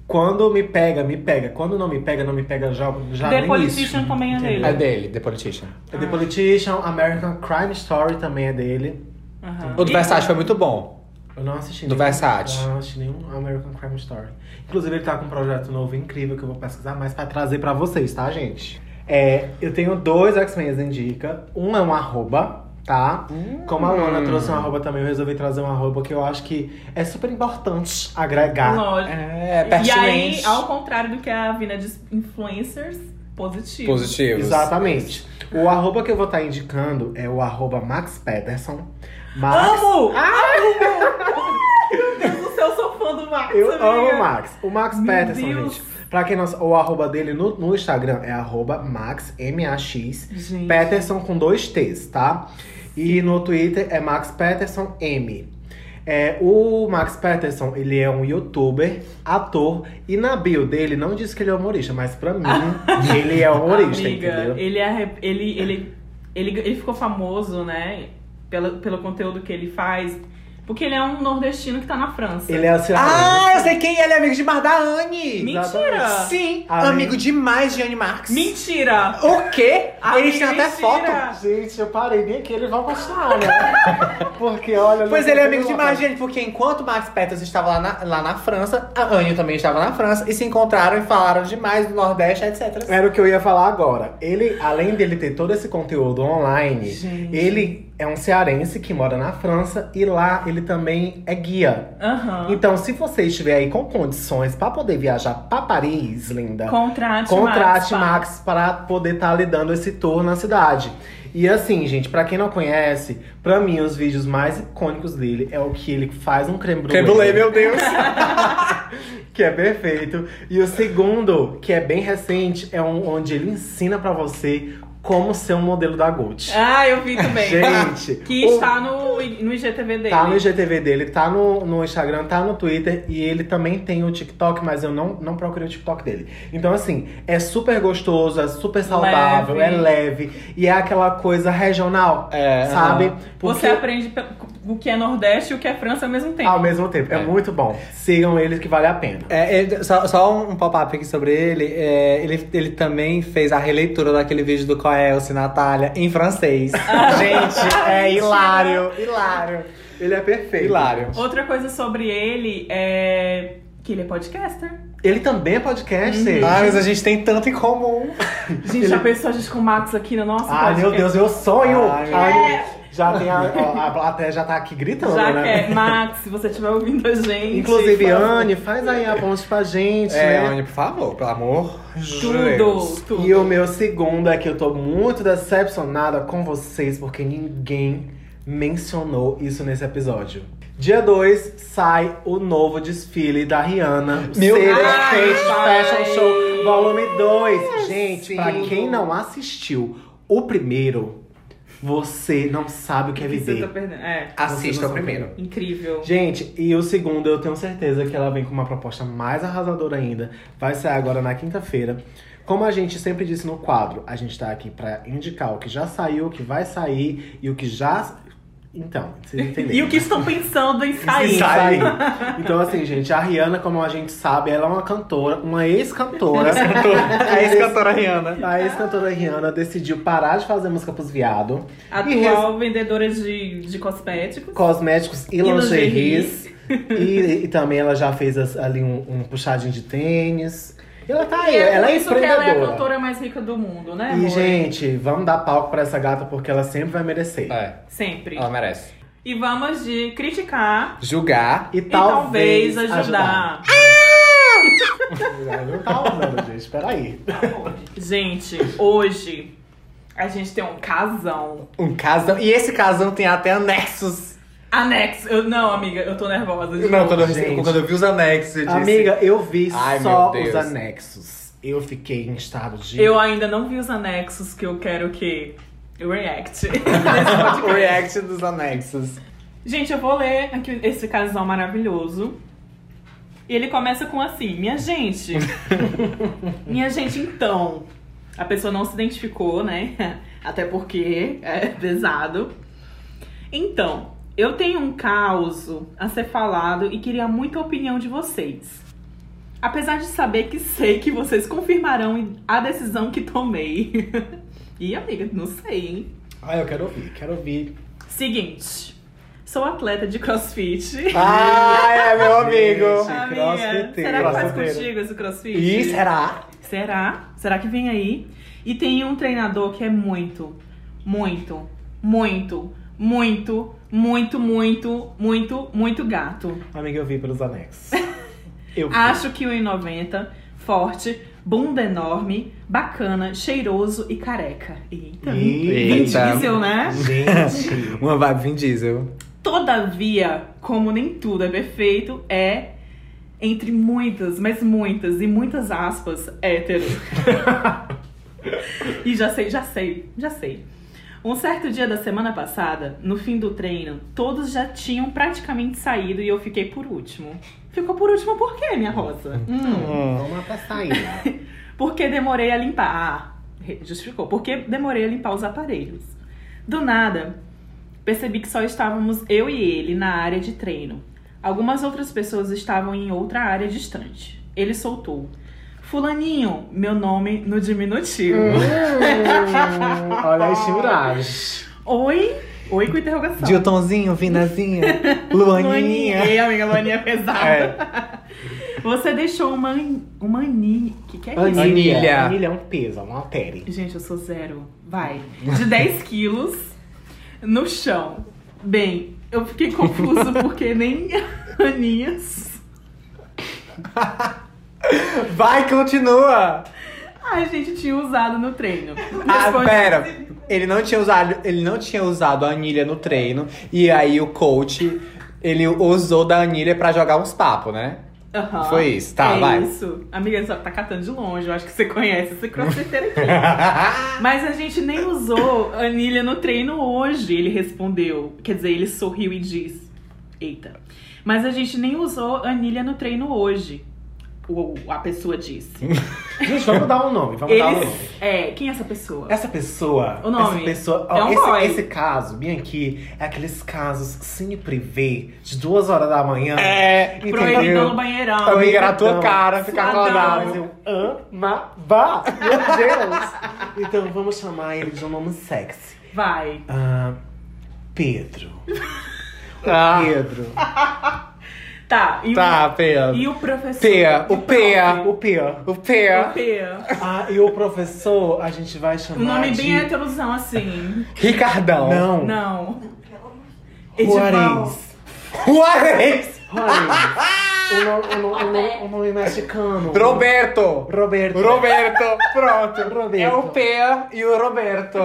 S3: quando me pega, me pega. Quando não me pega, não me pega já, já
S1: The
S3: no
S1: Politician
S3: início.
S1: também é
S3: Entendeu?
S1: dele.
S2: É dele, The Politician.
S3: The Politician, American Crime Story também é dele.
S1: Aham.
S2: O do
S1: E-
S2: Versace foi muito bom.
S3: Eu não assisti
S2: Do Versace.
S3: Eu não assisti nenhum American Crime Story. Inclusive, ele tá com um projeto novo incrível que eu vou pesquisar mais pra trazer pra vocês, tá, gente? É, eu tenho dois X-Men em dica. Um é um arroba, tá?
S2: Hum.
S3: Como a Luana trouxe um arroba também, eu resolvi trazer um arroba que eu acho que é super importante agregar.
S1: Lógico.
S2: É,
S1: E aí,
S2: pertinente.
S1: ao contrário do que a Vina diz, influencers positivos.
S2: Positivos.
S3: Exatamente. O arroba que eu vou estar indicando é o arroba Max Pederson. Max,
S1: Amo!
S2: Ah!
S1: Amo! Meu Deus do céu, eu sou fã do Max,
S3: eu
S1: amiga.
S3: amo o Max. O Max
S1: Meu
S3: Pederson,
S1: Deus.
S3: gente. Pra quem não o arroba dele no, no Instagram é arroba Max, M-A-X,
S1: Gente.
S3: Peterson com dois T's, tá? E no Twitter é Max Peterson M. É, o Max Peterson, ele é um youtuber, ator, e na bio dele não diz que ele é humorista, mas pra
S1: <laughs>
S3: mim, ele é humorista,
S1: Amiga,
S3: entendeu?
S1: Ele, é, ele, ele, ele, ele ficou famoso, né? Pelo, pelo conteúdo que ele faz Porque ele é um nordestino que tá na França.
S3: Ele é o Cira
S2: Ah, eu sei quem! Ele é amigo demais da Anne!
S1: Mentira!
S2: Sim,
S3: Amém.
S2: amigo demais de Anne Marx.
S1: Mentira!
S2: O quê?
S1: Amigo,
S2: Eles têm até
S1: mentira.
S2: foto.
S3: Gente, eu parei nem aqui, ele vai continuar, né? <laughs> Porque olha.
S2: Pois
S3: não
S2: ele é
S3: tem
S2: amigo
S3: como-
S2: demais de Anne, porque enquanto Max Peters estava lá na, lá na França, a Anne também estava na França, e se encontraram e falaram demais do Nordeste, etc.
S3: Era o que eu ia falar agora. Ele, além dele ter todo esse conteúdo online, ele é um cearense que mora na França e lá ele também é guia.
S1: Aham.
S3: Então, se você estiver aí com condições pra poder viajar pra Paris, linda,
S1: Contrate, Max.
S3: contrate Max para poder estar lhe dando esse tour na cidade. E assim, gente, pra quem não conhece, pra mim os vídeos mais icônicos dele é o que ele faz um
S2: É,
S3: creme brulee.
S2: Deus!
S3: Que é perfeito. E o segundo, que é bem recente, é um onde ele ensina pra você como ser um modelo da Gucci.
S1: Ah, eu vi também.
S3: <laughs> Gente,
S1: <laughs> Que
S3: o-
S1: está no, no IGTV dele.
S3: Tá no IGTV dele, tá no, no Instagram, tá no Twitter e ele também tem o TikTok, mas eu não, não procurei o TikTok dele. Então, assim, é super gostoso, é super saudável,
S1: Leve.
S3: é leve e é aquela coisa regional,
S2: É,
S3: sabe?
S1: Você aprende pe- o que é Nordeste e o que é França ao mesmo tempo.
S3: ao mesmo tempo. É.
S2: É.
S3: muito bom. Sigam eles que vale a pena.
S2: É, ele- só, só um pop-up aqui sobre ele. É, ele. Ele também fez a releitura daquele vídeo do Coelce Natália em francês. <laughs> Gente, é hilário, hilário.
S3: Ele é perfeito.
S2: Hilário.
S1: Outra coisa sobre ele é que ele é podcaster.
S3: Ele também é
S2: <laughs>
S3: podcaster.
S2: Ah, mas a gente tem tanto em comum.
S1: Gente, já pensou a gente com o Max aqui no nosso
S3: Ai,
S1: podcast?
S3: Ah, meu Deus, meu sonho!
S2: Ai, meu
S3: Ai, já tem a, ó, a plateia já tá aqui gritando,
S1: Já
S3: né?
S1: quer. Max, se você estiver ouvindo a gente.
S3: Inclusive,
S1: fala-
S3: Anne, faz aí a ponte pra gente, né?
S2: É, por favor, pelo amor de
S1: Tudo, tudo.
S3: E o meu segundo é que eu tô muito decepcionada com vocês, porque ninguém mencionou isso nesse episódio. Dia 2 sai o novo desfile da Rihanna,
S2: Meu
S3: City
S2: Deus.
S1: Ai.
S3: Fashion Show Volume 2. Gente, pra
S2: Sim.
S3: quem não assistiu o primeiro, você não sabe o que é
S1: Que Você tá
S3: viver.
S1: perdendo. É,
S2: Assista o primeiro.
S1: incrível.
S3: Gente, e o segundo eu tenho certeza que ela vem com uma proposta mais arrasadora ainda. Vai sair agora na quinta-feira. Como a gente sempre disse no quadro, a gente tá aqui pra indicar o que já saiu, o que vai sair e o que já. Então, vocês
S1: <laughs>
S3: entenderam.
S1: E o que estão pensando em sair?
S3: Sim, sair. Então, assim, gente, a Rihanna, como a gente sabe, ela é uma cantora, uma ex-cantora. <laughs>
S2: A ex-cantora é Rihanna.
S3: A ex-cantora Rihanna decidiu parar de fazer música pros viados.
S1: Atual vendedora de, de cosméticos.
S3: cosméticos e,
S1: E
S3: lingeries. E, e também ela já fez as- ali um, um puxadinho de tênis. E Ela tá aí,
S1: E é
S3: ela
S1: por
S3: é
S1: isso que ela é a
S3: empreendedora.
S1: cantora mais rica do mundo, né?
S3: E,
S1: amor?
S3: gente, vamos dar palco pra essa gata porque ela sempre vai merecer.
S2: É,
S1: Sempre.
S2: ela merece.
S1: E vamos de criticar
S2: Julgar.
S3: E,
S1: e talvez, ajudar.
S3: ajudar. Não tá usando,
S2: <laughs>
S3: gente, peraí.
S1: Gente, hoje a gente tem um casão.
S2: Um casão. E esse casão tem até anexos.
S1: Anexo. Eu, não, amiga, eu tô nervosa. de
S2: Não,
S1: novo.
S2: quando eu,
S3: Gente.
S2: quando eu vi os anexos, eu disse.
S3: Amiga, eu vi
S2: Ai,
S3: só
S2: meu
S3: os
S2: Deus.
S3: anexos. Eu fiquei em estado de.
S1: Eu ainda não vi os anexos que eu quero que. React.
S2: é o react dos anexos.
S1: Gente, eu vou ler aqui esse casal maravilhoso. E ele começa com assim: Minha gente. minha gente, então. A pessoa não se identificou, né? <laughs> Até porque é pesado. Então, eu tenho um caos a ser falado e queria muito a opinião de vocês. Apesar de saber que sei que vocês confirmarão a decisão que tomei. <laughs> Ih, amiga, não sei, hein?
S3: Ai, eu quero ouvir, quero ouvir.
S1: Seguinte, sou atleta de crossfit. <laughs>
S2: Ah, é meu amigo.
S3: Gente.
S1: Amiga, Ah, será que faz
S3: crossfiteiro.
S1: contigo esse crossfit?
S2: E será?
S1: Será? Será que vem aí? E tem um treinador que é muito, muito, muito, muito, muito, muito, muito, muito gato.
S3: Amiga, eu vi pelos anexos. Eu
S1: <laughs>
S3: vi.
S1: Acho que 1,90, forte, bunda enorme, bacana, cheiroso e careca. Eita. Vin
S2: Eita.
S1: Diesel, né?
S3: Gente.
S2: Uma vibe Vin Diesel.
S1: Todavia, como nem tudo é perfeito, é, entre muitas, mas muitas e muitas aspas, hétero. e já sei, já sei, já sei. Um certo dia da semana passada, no fim do treino, todos já tinham praticamente saído e eu fiquei por último. Ficou por último por quê, minha rosa? Hum.
S3: Vamos até sair.
S1: Porque demorei a limpar. Ah, justificou. Porque demorei a limpar os aparelhos. Do nada, Percebi que só estávamos eu e ele na área de treino. Algumas outras pessoas estavam em outra área distante. Ele soltou. Fulaninho, meu nome no diminutivo.
S3: Hum. <laughs> Olha a estimulagem.
S1: Oi? Oi com interrogação.
S2: Diltonzinho, Vinazinha,
S1: Luaninha.
S2: Luaninha.
S1: Ei, amiga, Luaninha é pesada.
S3: É.
S1: Você deixou uma, an- uma aninha. O que, que é isso?
S2: Anilha.
S3: Anilha é um peso, é uma altere.
S1: Gente, eu sou zero. Vai. De
S2: <laughs>
S1: 10 quilos no chão. Bem, eu fiquei
S2: <laughs>
S1: confuso porque nem <laughs> aninhas.
S2: Vai, continua!
S1: A gente tinha usado no treino.
S2: Ah,
S1: Responde-
S2: pera. Ele não tinha usado, ele não tinha usado a anilha no treino e aí o coach ele usou da anilha pra jogar uns papos, né?
S1: Aham.
S2: Foi isso, tá,
S1: é
S2: vai. <laughs>
S1: isso. Amiga, você tá catando de longe. Eu acho que você conhece esse crossfiteiro
S2: <laughs>
S1: aqui. Mas a gente nem usou anilha no treino hoje, ele respondeu. Quer dizer, ele sorriu e diz: Eita. Mas a gente nem usou anilha no treino hoje. O, a pessoa disse.
S3: Gente, vamos dar um nome, vamos dar um
S1: Eles.
S3: nome.
S1: É, quem é essa pessoa?
S3: Essa pessoa.
S1: O nome?
S3: Essa pessoa.
S1: É um
S3: esse,
S1: boy.
S3: esse caso, bem aqui, é aqueles casos cine privê de duas horas da manhã.
S2: É,
S3: entendeu?
S1: Proibidão no banheirão.
S2: Amiga, era a
S3: Então,
S2: tua cara ficar
S1: suadão.
S3: Mas
S2: acordado.
S3: eu amava! Meu Deus! Então vamos chamar ele de um nome sexy.
S1: Vai.
S3: Ah, Pedro.
S2: Ah,
S3: Pedro.
S1: Tá. E,
S2: tá, Pia.
S1: o, e o professor?
S2: Pia, o Pia,
S3: O Pia.
S2: o Pia.
S1: O Pia.
S3: Ah, e o professor a gente vai
S1: Um
S3: chamar
S1: nome
S3: de...
S1: bem heterosão assim.
S2: Ricardão.
S3: Não.
S1: Não. Edival.
S3: Juarez.
S2: Juarez.
S3: Juarez. o, nome, o, nome, o, nome, o nome mexicano.
S2: Roberto.
S3: Roberto.
S2: Roberto, pronto. É
S3: Roberto.
S2: o Pia e o Roberto.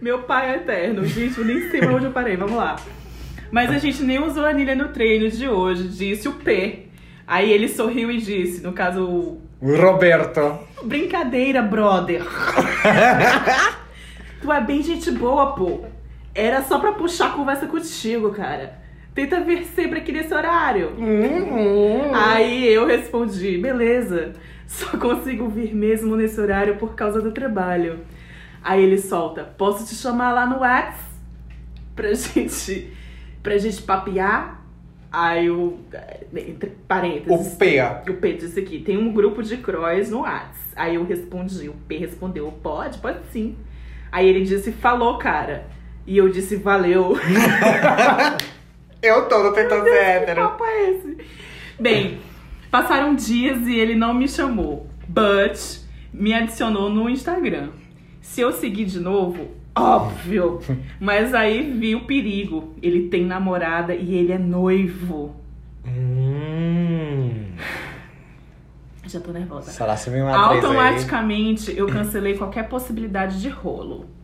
S1: Meu pai é eterno. Gente, eu nem sei pra onde eu parei. Vamos lá. Mas a gente nem usou a anilha no treino de hoje, disse o P. Aí ele sorriu e disse, no caso, o-
S2: Roberto.
S1: brincadeira, brother. tu é bem gente boa, pô. Era só pra puxar a conversa contigo, cara. Tenta ver sempre aqui nesse horário. Uhum. Aí eu respondi, beleza, só consigo vir mesmo nesse horário por causa do trabalho. Aí ele solta, posso te chamar lá no Whats? Pra <laughs> gente, pra gente papear? Aí eu, é, entre parênteses,
S2: O Pia.
S1: o P disse aqui, tem um grupo de cross no Whats. Aí eu respondi, o P respondeu, pode? Pode sim. Aí ele disse, falou, cara. E eu disse, valeu. <laughs>
S2: Eu todo tentando ser
S1: Que
S2: hétero.
S1: papo é esse? Bem, passaram dias e ele não me chamou, but me adicionou no Instagram. Se eu seguir de novo, óbvio. Mas aí vi o perigo. Ele tem namorada e ele é noivo.
S2: Hum. é
S1: Já tô nervosa.
S2: Será se me
S1: Automaticamente eu cancelei qualquer possibilidade de rolo.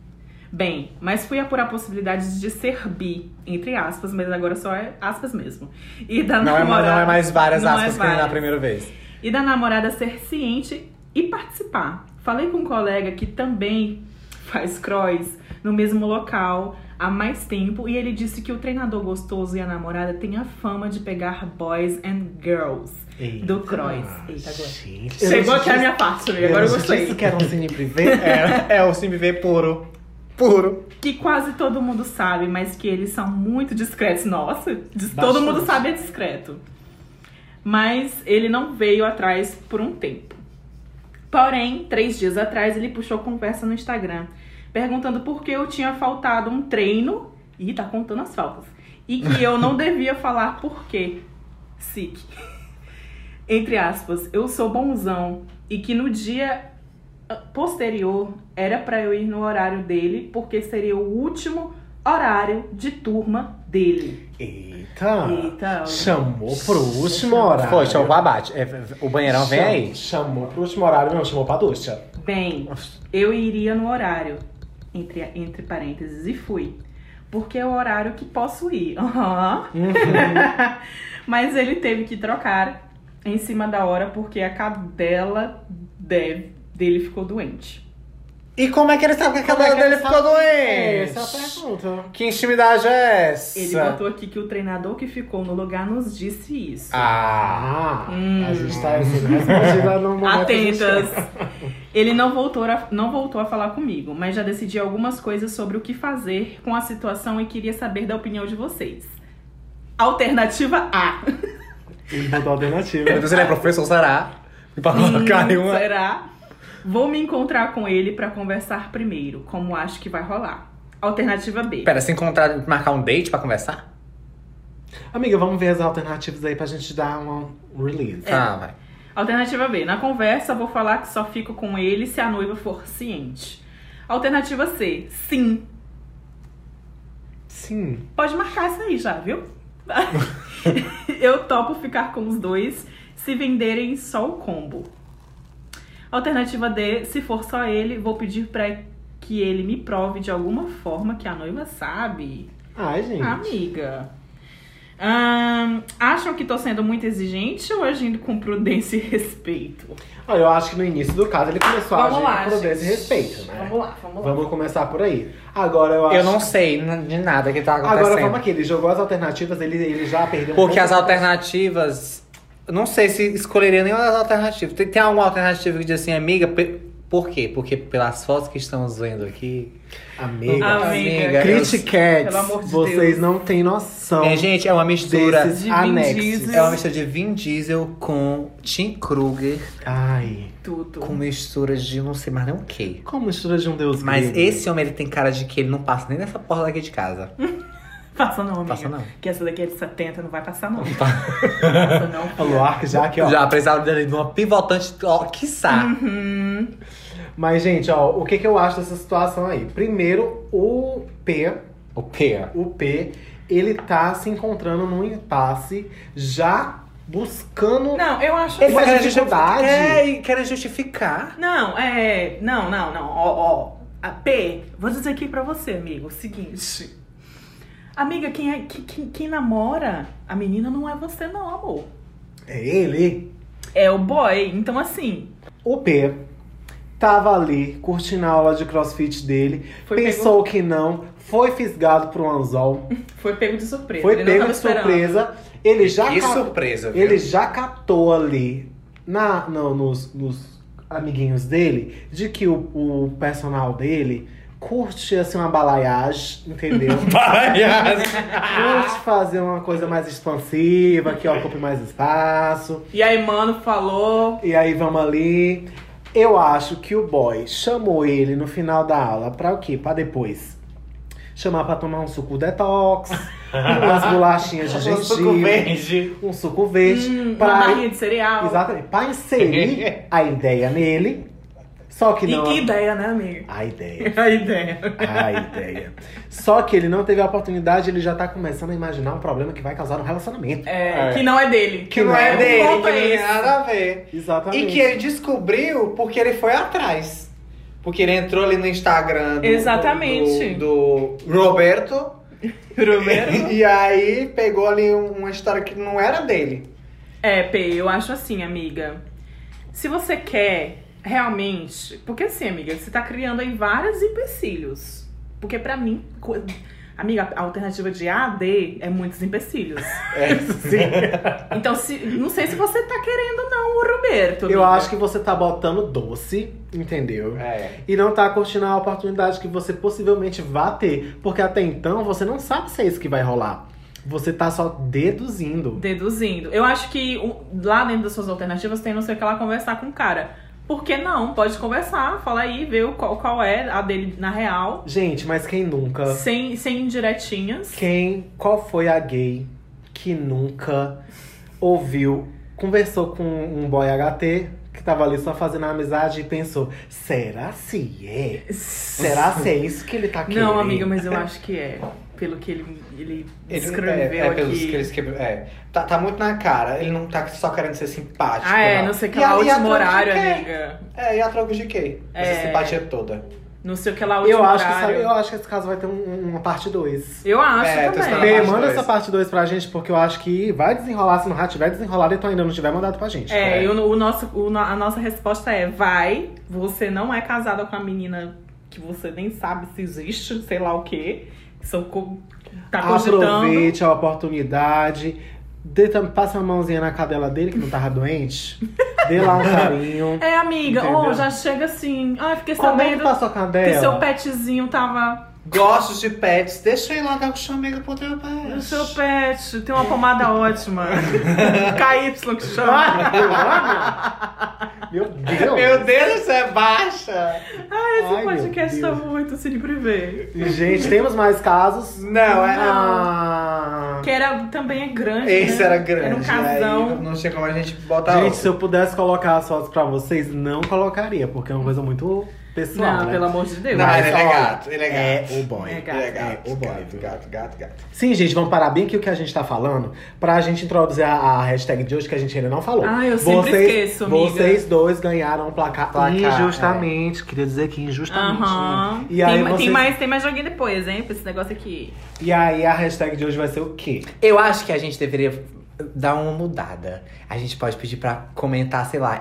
S1: Bem, mas fui apurar possibilidades de ser bi, entre aspas, mas agora só é aspas mesmo. E da
S2: Não é, mais-
S1: namorada.
S2: não é mais várias
S1: Não é
S2: aspas que nem na
S1: várias.
S2: primeira vez.
S1: e da namorada ser ciente e participar. Falei com um colega que também faz cross no mesmo local há mais tempo e ele disse que o treinador gostoso e a namorada têm a fama de pegar boys and girls do cross. Eita, agora.
S3: Gente.
S1: Chegou até a minha parte, amiga, agora eu
S3: Isso
S1: gostei.
S3: que era um cine privê? É.
S2: É o CMV puro. Puro.
S1: Que quase todo mundo sabe, mas que eles são muito discretos. Nossa, diz- todo
S3: Bastante.
S1: mundo sabe é discreto. Mas ele não veio atrás por um tempo. Porém, três dias atrás, ele puxou conversa no Instagram, perguntando por que eu tinha faltado um treino. Ih, tá contando as faltas. E que eu não devia falar por quê. Sick. Entre aspas, eu sou bonzão. E que no dia posterior era pra eu ir no horário dele, porque seria o último horário de turma dele.
S3: Eita.
S1: Eita.
S3: Chamou pro último horário.
S2: Foi, show abate. É, o banheirão vem
S3: Cham-
S2: aí.
S3: Chamou pro último horário, não, chamou pra ducha.
S1: Bem, eu iria no horário, entre, entre parênteses, e fui. Porque é o horário que posso ir. <laughs> Aham. Mas ele teve que trocar em cima da hora, porque a cadela deve- dele ficou doente.
S2: E como é que ele sabe que a
S3: Como é
S2: cadela
S3: que
S2: dele
S3: ele
S2: ficou
S3: sabe? É,
S2: doente?
S3: Essa é a pergunta.
S2: Que intimidade é essa?
S1: Ele botou assim. aqui que o treinador que ficou no lugar nos disse isso.
S2: Ah.
S3: Ah,
S1: Hum.
S3: a gente tá sendo respondida no momento. <laughs>
S1: Atentas. Ele não voltou, a, não voltou a falar comigo, mas já decidi algumas coisas sobre o que fazer com a situação e queria saber da opinião de vocês. Alternativa
S3: <laughs>
S1: A.
S3: Ele botou alternativa.
S2: Meu Deus, ele é professor, será? Me parou
S1: Hum,
S2: na cara nenhuma.
S1: Será? Vou me encontrar com ele pra conversar primeiro, como acho que vai rolar. Alternativa B.
S2: Pera, se encontrar, marcar um date pra conversar?
S3: Amiga, vamos ver as alternativas aí pra gente dar uma release.
S1: É.
S2: Ah, vai.
S1: Alternativa B. Na conversa, vou falar que só fico com ele se a noiva for ciente. Alternativa C. Sim.
S3: Sim.
S1: Pode marcar isso aí já, viu? <laughs> Eu topo ficar com os dois se venderem só o combo. Alternativa D. Se for só ele, vou pedir pra que ele me prove de alguma forma que a noiva sabe.
S3: Ai, gente.
S1: Amiga. Ahn, acham que tô sendo muito exigente ou agindo com prudência e respeito?
S3: Olha, eu acho que no início do caso ele começou a
S6: Vamos
S3: agir
S6: lá,
S3: com prudência e
S6: gente.
S3: respeito, né?
S6: Vamos lá, vamos lá.
S3: Vamos começar por aí. Agora eu acho.
S2: Eu não sei n- de nada que tá acontecendo.
S3: Agora vamos aqui, ele jogou as alternativas, ele, ele já perdeu um
S2: Porque
S3: pouco
S2: as alternativas. eu Não sei se escolheria nenhuma das alternativas. Tem, tem alguma alternativa que diz assim, amiga? pe- Por quê? Porque pelas fotos que estamos vendo aqui.
S3: Amiga.
S1: Amiga.
S2: eu-
S3: Criticats,
S1: Ah, Pelo amor de
S3: vocês
S1: Deus.
S3: não têm noção
S2: Minha gente, é uma mistura.
S3: desses
S1: Vin
S3: anexos.
S1: Diesel.
S2: É uma mistura de Vin Diesel com Tim Kruger,
S3: Ai,
S1: Tudo.
S2: com mistura de não sei mais nem o quê.
S3: como mistura de um deus
S2: Mas
S3: grego.
S2: esse homem, ele tem cara de que ele não passa nem nessa porta daqui de casa.
S1: Passa não, amiga.
S2: Passa não.
S1: Que essa daqui é de 70, não vai passar não.
S3: Tá.
S1: Passa
S3: <laughs>
S1: não.
S3: A Loarca já aqui, ó.
S2: Já precisava dele de uma pivotante, ó, quiçá.
S1: Uhum.
S3: Mas, gente, ó, o que, que eu acho dessa situação aí? Primeiro, o P,
S2: O P.
S3: o P, ele tá se encontrando num impasse, já buscando.
S1: Não, eu acho.
S3: Ele- Uma
S2: quer justificar.
S3: dificuldade.
S2: É, e quer justificar.
S1: Não, é. Não, não, não. Ó, ó. A P, vou dizer aqui pra você, amigo, é o seguinte. Amiga, quem, é, que- quem, quem namora a menina não é você, não, amor.
S3: É ele?
S1: É o boy. Então, assim,
S3: O P tava ali curtindo a aula de crossfit dele,
S1: Foi
S3: pensou que não, foi fisgado por um anzol,
S1: foi pego de surpresa.
S3: foi
S1: Ele não
S3: pego
S1: tava
S3: de
S1: esperando.
S3: surpresa. Ele já,
S2: que
S3: ca-
S2: surpresa, viu?
S3: ele já captou ali na, no- nos, nos amiguinhos dele de que o, o personal dele curte assim uma balaiagem, entendeu? curte fazer uma coisa mais expansiva, que ocupe mais espaço.
S1: E aí, mano, falou.
S3: E aí vamos ali. Eu acho que o boy chamou ele no final da aula pra o quê? Pra depois chamar pra tomar um suco detox, umas bolachinhas de gengibre, um suco verde,
S1: Hum, uma
S3: pra
S1: barrinha de cereal.
S3: exatamente, pra inserir a ideia nele. Só que
S1: E
S3: não
S1: que ideia, né, <laughs> amiga?
S3: a ideia,
S1: É A ideia.
S3: a ideia. Só que ele não teve a oportunidade, ele já tá começando a imaginar um problema que vai causar um relacionamento.
S1: É,
S2: É.
S1: Que não é dele.
S3: Que não é
S1: O
S2: dele,
S1: ponto
S2: que
S1: é
S2: não tem
S1: esse.
S2: nada a ver.
S3: Exatamente.
S2: E que é ele descobriu porque ele foi atrás. Porque ele entrou ali no Instagram do,
S1: Exatamente.
S2: do, do Roberto. <laughs>
S1: Primeiro.
S2: E aí pegou ali um- uma história que não era dele.
S1: É, P, eu acho assim, amiga. Se você quer realmente. Porque assim, amiga, você tá criando aí vários empecilhos. Porque pra mim. co- Amiga, a alternativa de A a D é muitos
S3: <laughs>
S1: empecilhos.
S2: É, sim.
S1: Então, se, não sei se você tá querendo, não, o Roberto.
S3: Eu
S1: amiga.
S3: acho que você tá botando doce, entendeu?
S2: é.
S3: e não tá curtindo a oportunidade que você possivelmente vá ter, porque até então você não sabe se é isso que vai rolar. Você tá só deduzindo.
S1: Deduzindo. Eu acho que o- lá dentro das suas alternativas tem não sei o que lá conversar com o cara. Por que não? Pode conversar, fala aí, vê o qual, qual é a dele na real.
S3: Gente, mas quem nunca?
S1: Sem, sem indiretinhas.
S3: Quem? Qual foi a gay que nunca ouviu, conversou com um boy HT que tava ali só fazendo amizade e pensou: será se é? Será se é isso que ele tá querendo?
S1: Não, amiga, mas eu acho que é. Pelo que ele, ele,
S2: Ele,
S1: escreveu
S2: é, é
S1: aqui.
S2: pelos que ele escreveu. É. Tá, tá muito na cara. Ele não tá só querendo ser simpático.
S1: Ah, é, não sei o que
S2: E
S1: lá,
S2: a- e a
S1: último
S2: troca de
S1: horário,
S2: quê?
S1: amiga.
S2: É, e a troca de quê? Essa
S1: É.
S2: simpatia toda.
S1: Não sei o que lá, último
S3: Eu acho, que,
S1: horário.
S3: sabe, eu acho que esse caso vai ter um- uma parte 2.
S1: Eu acho
S2: É, tô
S1: também.
S2: esperando.
S3: Bê,
S2: parte
S3: manda
S2: dois.
S3: essa parte 2 pra gente, porque eu acho que vai desenrolar. Se não já tiver desenrolado, então ainda não tiver mandado pra gente.
S1: É, e o, o nosso, o no- a nossa resposta é: vai, você não é casada com a menina que você nem sabe se existe, sei lá o quê. Que são co- tá cogitando.
S3: Aproveite a oportunidade. Dê tam- passa a mãozinha na cadela dele, que não tava doente. Dê lá
S1: <laughs>
S3: um carinho.
S1: É, amiga,
S3: Entendeu?
S1: oh, já chega assim. Ai, fiquei
S3: Como é que
S1: sabendo
S3: tá a sua
S1: que
S3: cadela?
S1: seu petzinho tava.
S2: Gosto de pets, deixa eu ir lá dar com sua amiga pro teu pet.
S1: O seu pet tem uma pomada
S3: <laughs>
S1: ótima. KY que chama.
S3: <laughs> Meu Deus!
S2: Meu Deus, isso é baixa!
S1: Ah, esse
S3: Ai, meu
S1: podcast tá
S3: Deus.
S1: muito cine privê.
S3: Gente, temos mais casos?
S2: Não, é-
S3: Ah.
S1: Que era, também é grande.
S2: Esse
S1: né?
S2: era grande.
S1: Era um casão.
S2: né? E Não tinha como a gente botar
S3: Gente,
S2: outro.
S3: se eu pudesse colocar as fotos pra vocês, não colocaria, porque é uma coisa muito pessoal.
S1: Não,
S3: né?
S1: pelo amor de Deus.
S2: Não,
S3: Mas,
S2: ele é
S3: olha,
S2: gato, ele é gato.
S3: É o boy.
S1: É gato.
S2: Ele é gato,
S3: É o boy.
S2: gato, gato, gato, gato.
S3: Sim, gente, vamos parar bem aqui o que a gente tá falando pra gente introduzir a, a hashtag de hoje que a gente ainda não falou.
S1: Ah, eu sempre esqueço, amiga.
S3: Vocês dois ganharam um placar,
S2: Placar,
S3: injustamente. Queria dizer que injustamente. né?
S1: Aham.
S3: E aí
S1: tem,
S3: vocês-
S1: tem mais, tem mais joguinho depois, hein? Pra esse negócio aqui.
S3: E aí a hashtag de hoje vai ser o quê?
S2: Eu acho que a gente deveria dar uma mudada. A gente pode pedir pra comentar, sei lá,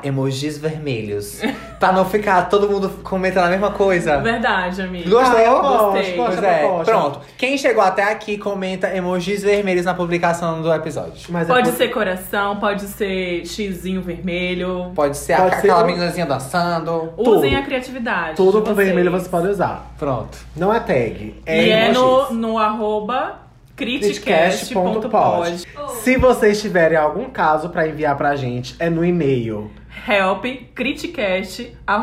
S1: <laughs>
S2: emojis vermelhos. pra não ficar todo mundo comentando a mesma coisa.
S1: Verdade, amigo.
S2: Gostei,
S3: eu
S1: Ah, gostei.
S3: Tá. gosto,
S2: Pois
S3: gosto,
S2: é,
S3: gosto.
S2: pronto. Quem chegou até aqui, comenta emojis vermelhos na publicação do episódio.
S3: Mas é
S1: Pode
S3: por-
S1: ser coração, pode ser xizinho vermelho.
S2: Pode ser
S3: Pode
S2: a-
S3: ser
S2: aquela
S3: um-
S2: meninazinha dançando.
S3: Tudo.
S1: Usem a criatividade.
S3: Tudo
S1: de
S3: com
S1: vocês.
S3: vermelho você pode usar.
S2: Pronto.
S3: Não é tag,
S1: E é,
S3: é emojis.
S1: no, no arroba criticast.pod.
S3: criticast.pod. Se vocês tiverem algum caso pra enviar pra gente, é no e-mail.
S1: Help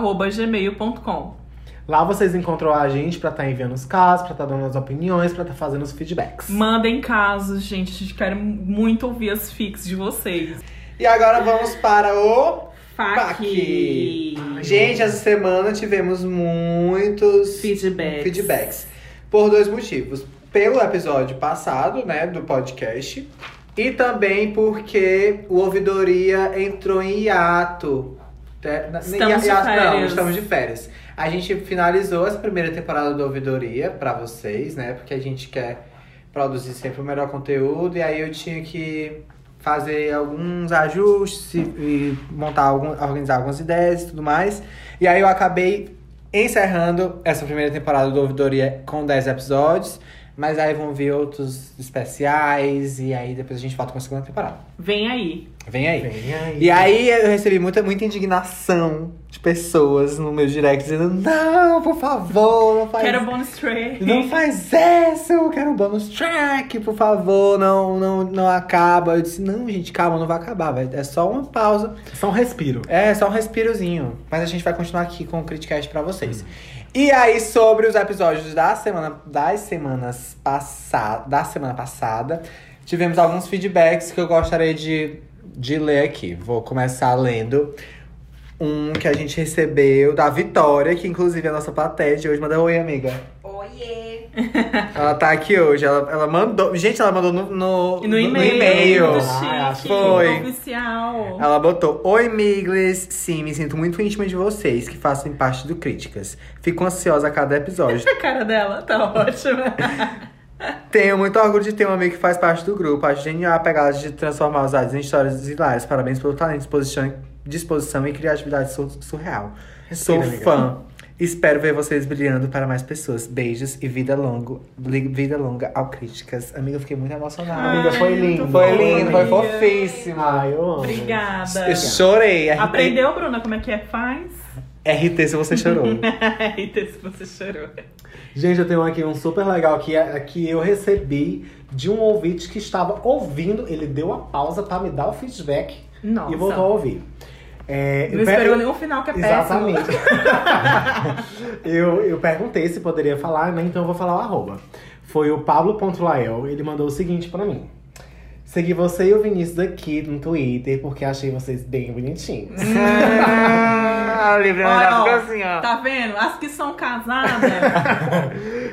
S1: criticast.gmail.com.
S3: Lá vocês encontram a gente pra estar enviando os casos, pra estar dando as opiniões, pra estar fazendo os feedbacks.
S1: Mandem casos, gente. A gente quer muito ouvir as fics de vocês.
S2: E agora vamos para o.
S1: Faque.
S2: Gente, essa semana tivemos muitos
S1: Feedbacks.
S2: feedbacks. Por dois motivos. Pelo episódio passado, né, do podcast. E também porque o Ouvidoria entrou em hiato. Né, na-
S1: Estamos de
S2: Não,
S1: férias.
S2: estamos de férias. A gente finalizou essa primeira temporada do Ouvidoria pra vocês, né? Porque a gente quer produzir sempre o melhor conteúdo. E aí eu tinha que fazer alguns ajustes e- e montar, algum, organizar algumas ideias e tudo mais. E aí eu acabei encerrando essa primeira temporada do Ouvidoria com 10 episódios. Mas aí vão vir outros especiais e aí depois a gente volta com a segunda temporada.
S1: Vem aí.
S2: Vem aí.
S3: Vem aí.
S2: E aí eu recebi muita, muita indignação de pessoas no meu direct dizendo: Não, por favor, não faz
S1: Quero bonus track.
S2: não faz essa, eu quero um bonus track, por favor, não, não, não acaba. Eu disse, não, gente, calma, não vai acabar, vai- é só uma pausa.
S3: Só um respiro.
S2: É, só um respirozinho. Mas a gente vai continuar aqui com o Criticast pra vocês. E aí, sobre os episódios da semana, das semanas passadas, da semana passada, tivemos alguns feedbacks que eu gostaria de, de ler aqui. Vou começar lendo um que a gente recebeu da Vitória, que inclusive é a nossa plateia de hoje. Manda oi, amiga.
S6: Oiê!
S2: Ela tá aqui hoje, ela, ela mandou. Gente, ela mandou no, no,
S1: E no e-mail.
S2: e-mail.
S1: Muito
S3: Ah,
S1: chique,
S2: foi.
S1: Oficial.
S2: Ela botou: Oi, Miglis. Sim, me sinto muito íntima de vocês que fazem parte do Críticas. Fico ansiosa a
S1: <laughs>
S2: cada episódio.
S1: A cara dela tá ótima.
S2: Tenho muito orgulho de ter um amigo que faz parte do grupo. Acho genial a pegada de transformar os dados em histórias hilárias. Parabéns pelo talento, disposição, disposição e criatividade sur- surreal. Sou
S3: amiga.
S2: fã. Espero ver vocês brilhando para mais pessoas. Beijos e vida longa, vida longa ao Críticas. Amiga, eu fiquei muito emocionada.
S1: Ai,
S3: Amiga, foi
S1: muito
S3: lindo.
S1: bom,
S2: Foi lindo, foi
S1: amiga.
S2: fofíssimo.
S3: Ah, eu amo.
S1: Obrigada.
S2: Eu chorei. RT,
S1: Aprendeu, Bruna, como é que é que faz? <laughs>
S2: RT se você chorou.
S1: Eita, se você chorou.
S3: Gente, eu tenho aqui um super legal que, é- que eu recebi de um ouvinte que estava ouvindo. Ele deu a pausa pra me dar o feedback
S1: Nossa.
S3: e voltou a ouvir. É,
S1: Não
S3: eu pe-
S1: esperou nenhum final que é péssimo.
S3: Exatamente. <laughs> eu, eu perguntei se poderia falar, né? Então eu vou falar o arroba. Foi o Pablo.lael, ele mandou o seguinte pra mim. Segui você e o Vinícius daqui no Twitter, porque achei vocês bem bonitinhos.
S1: Hum.
S2: <laughs> ah, livre
S1: Olha, ó,
S2: assim, ó.
S1: Tá vendo? As que são casadas.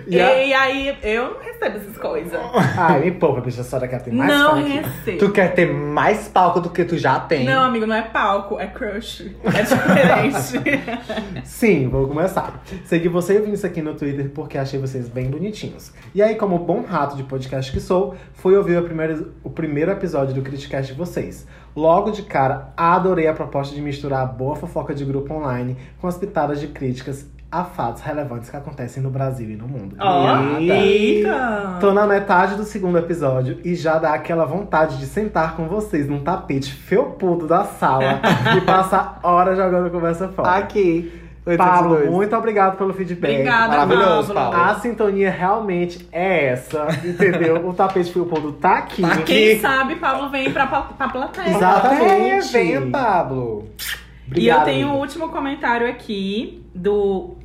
S3: E a-
S1: E aí, eu não recebo essas coisas.
S3: Ai, me poupa, bicho, a senhora quer ter mais
S1: Não é
S3: fã aqui.
S1: recebo.
S2: Tu quer ter mais palco do que tu já tem?
S1: Não, amigo, não é palco, é crush. É
S3: <laughs>
S1: diferente.
S3: Sim, vou começar. Segui você e o Vinícius aqui no Twitter porque achei vocês bem bonitinhos. E aí, como bom rato de podcast que sou, fui ouvir a primeira- o primeiro episódio do Criticast de vocês. Logo de cara, adorei a proposta de misturar a boa fofoca de grupo online com as pitadas de críticas a fatos relevantes que acontecem no Brasil e no mundo.
S1: Ó,
S3: Eita.
S1: eita!
S3: Tô na metade do segundo episódio e já dá aquela vontade de sentar com vocês num tapete felpudo da sala
S1: <laughs>
S3: e passar horas jogando conversa fora.
S2: Tá Aqui.
S3: Pablo, muito obrigado pelo feedback.
S1: Obrigada,
S2: Maravilhoso,
S1: Pablo.
S2: Paulo.
S3: A sintonia realmente é essa, entendeu? o tapete felpudo tá aqui.
S1: Pra Quem sabe, Pablo vem pra, pa- pra plateia.
S3: Exatamente.
S2: É, vem, Pablo.
S3: Obrigado,
S1: e eu tenho um
S3: amigo.
S1: último comentário aqui do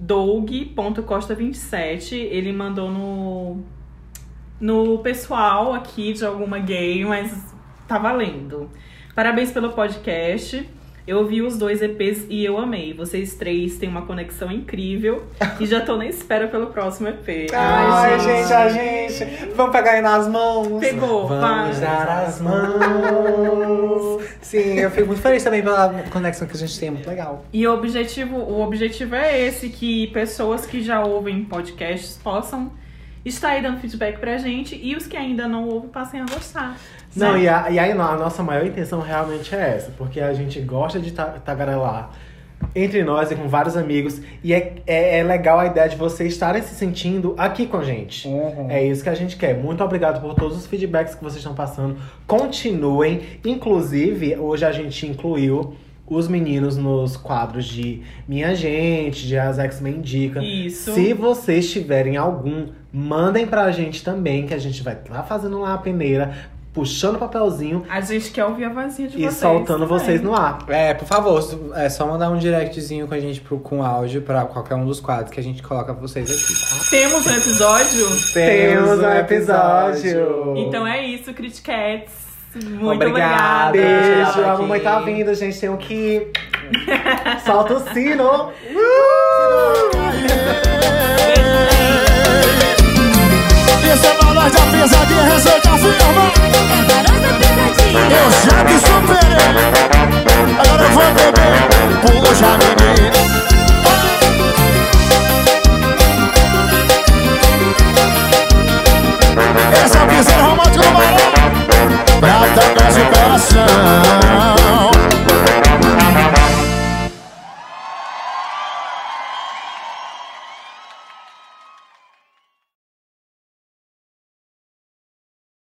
S1: Doug.costa27. Ele mandou no, no pessoal aqui de alguma gay, mas tá valendo. Parabéns pelo podcast. Eu ouvi os dois EPs e eu amei. Vocês três têm uma conexão incrível e já tô na espera pelo próximo EP.
S2: <laughs> Ai, gente, a gente. Vamos pegar aí nas mãos.
S1: Pegou,
S2: Vamos né?
S1: vai.
S2: dar as mãos. Sim, eu fico muito feliz também pela conexão que a gente tem, é muito legal.
S1: E o objetivo, o objetivo é esse, que pessoas que já ouvem podcasts possam estar aí dando feedback pra gente e os que ainda não ouvem passem a gostar.
S3: Não,
S1: né?
S3: e, a, e aí no- a nossa maior intenção realmente é essa, porque a gente gosta de ta- tagarelar entre nós e com vários amigos. E é, é, é legal a ideia de vocês estarem se sentindo aqui com a gente. É isso que a gente quer. Muito obrigado por todos os feedbacks que vocês estão passando. Continuem. Inclusive, hoje a gente incluiu os meninos nos quadros de Minha Gente, de As X-Men Indica.
S1: Isso.
S3: Se vocês tiverem algum, mandem pra gente também, que a gente vai lá fazendo lá a peneira, puxando o papelzinho
S1: A gente quer ouvir a vozinha de
S3: e
S1: vocês. também.
S3: soltando vocês no ar.
S2: É, por favor, su- é só mandar um directzinho com a gente pro, com áudio pra qualquer um dos quadros que a gente coloca vocês aqui. tá?
S1: Temos um episódio?
S3: Temos um episódio!
S1: Então é isso, Criticats. Muito
S2: Obrigada.
S1: obrigada.
S3: Beijo,
S2: Tchau,
S3: a mamãe tá
S2: aqui.
S3: vindo, gente. Tem o <laughs> que. Solta o sino! Uh!
S10: Receba nós de pisadinha, receita firma. Eu já que superei. Agora eu vou beber. Puxa, menino. Esse é o piseiro romântico do Barão. Pra tocar superação.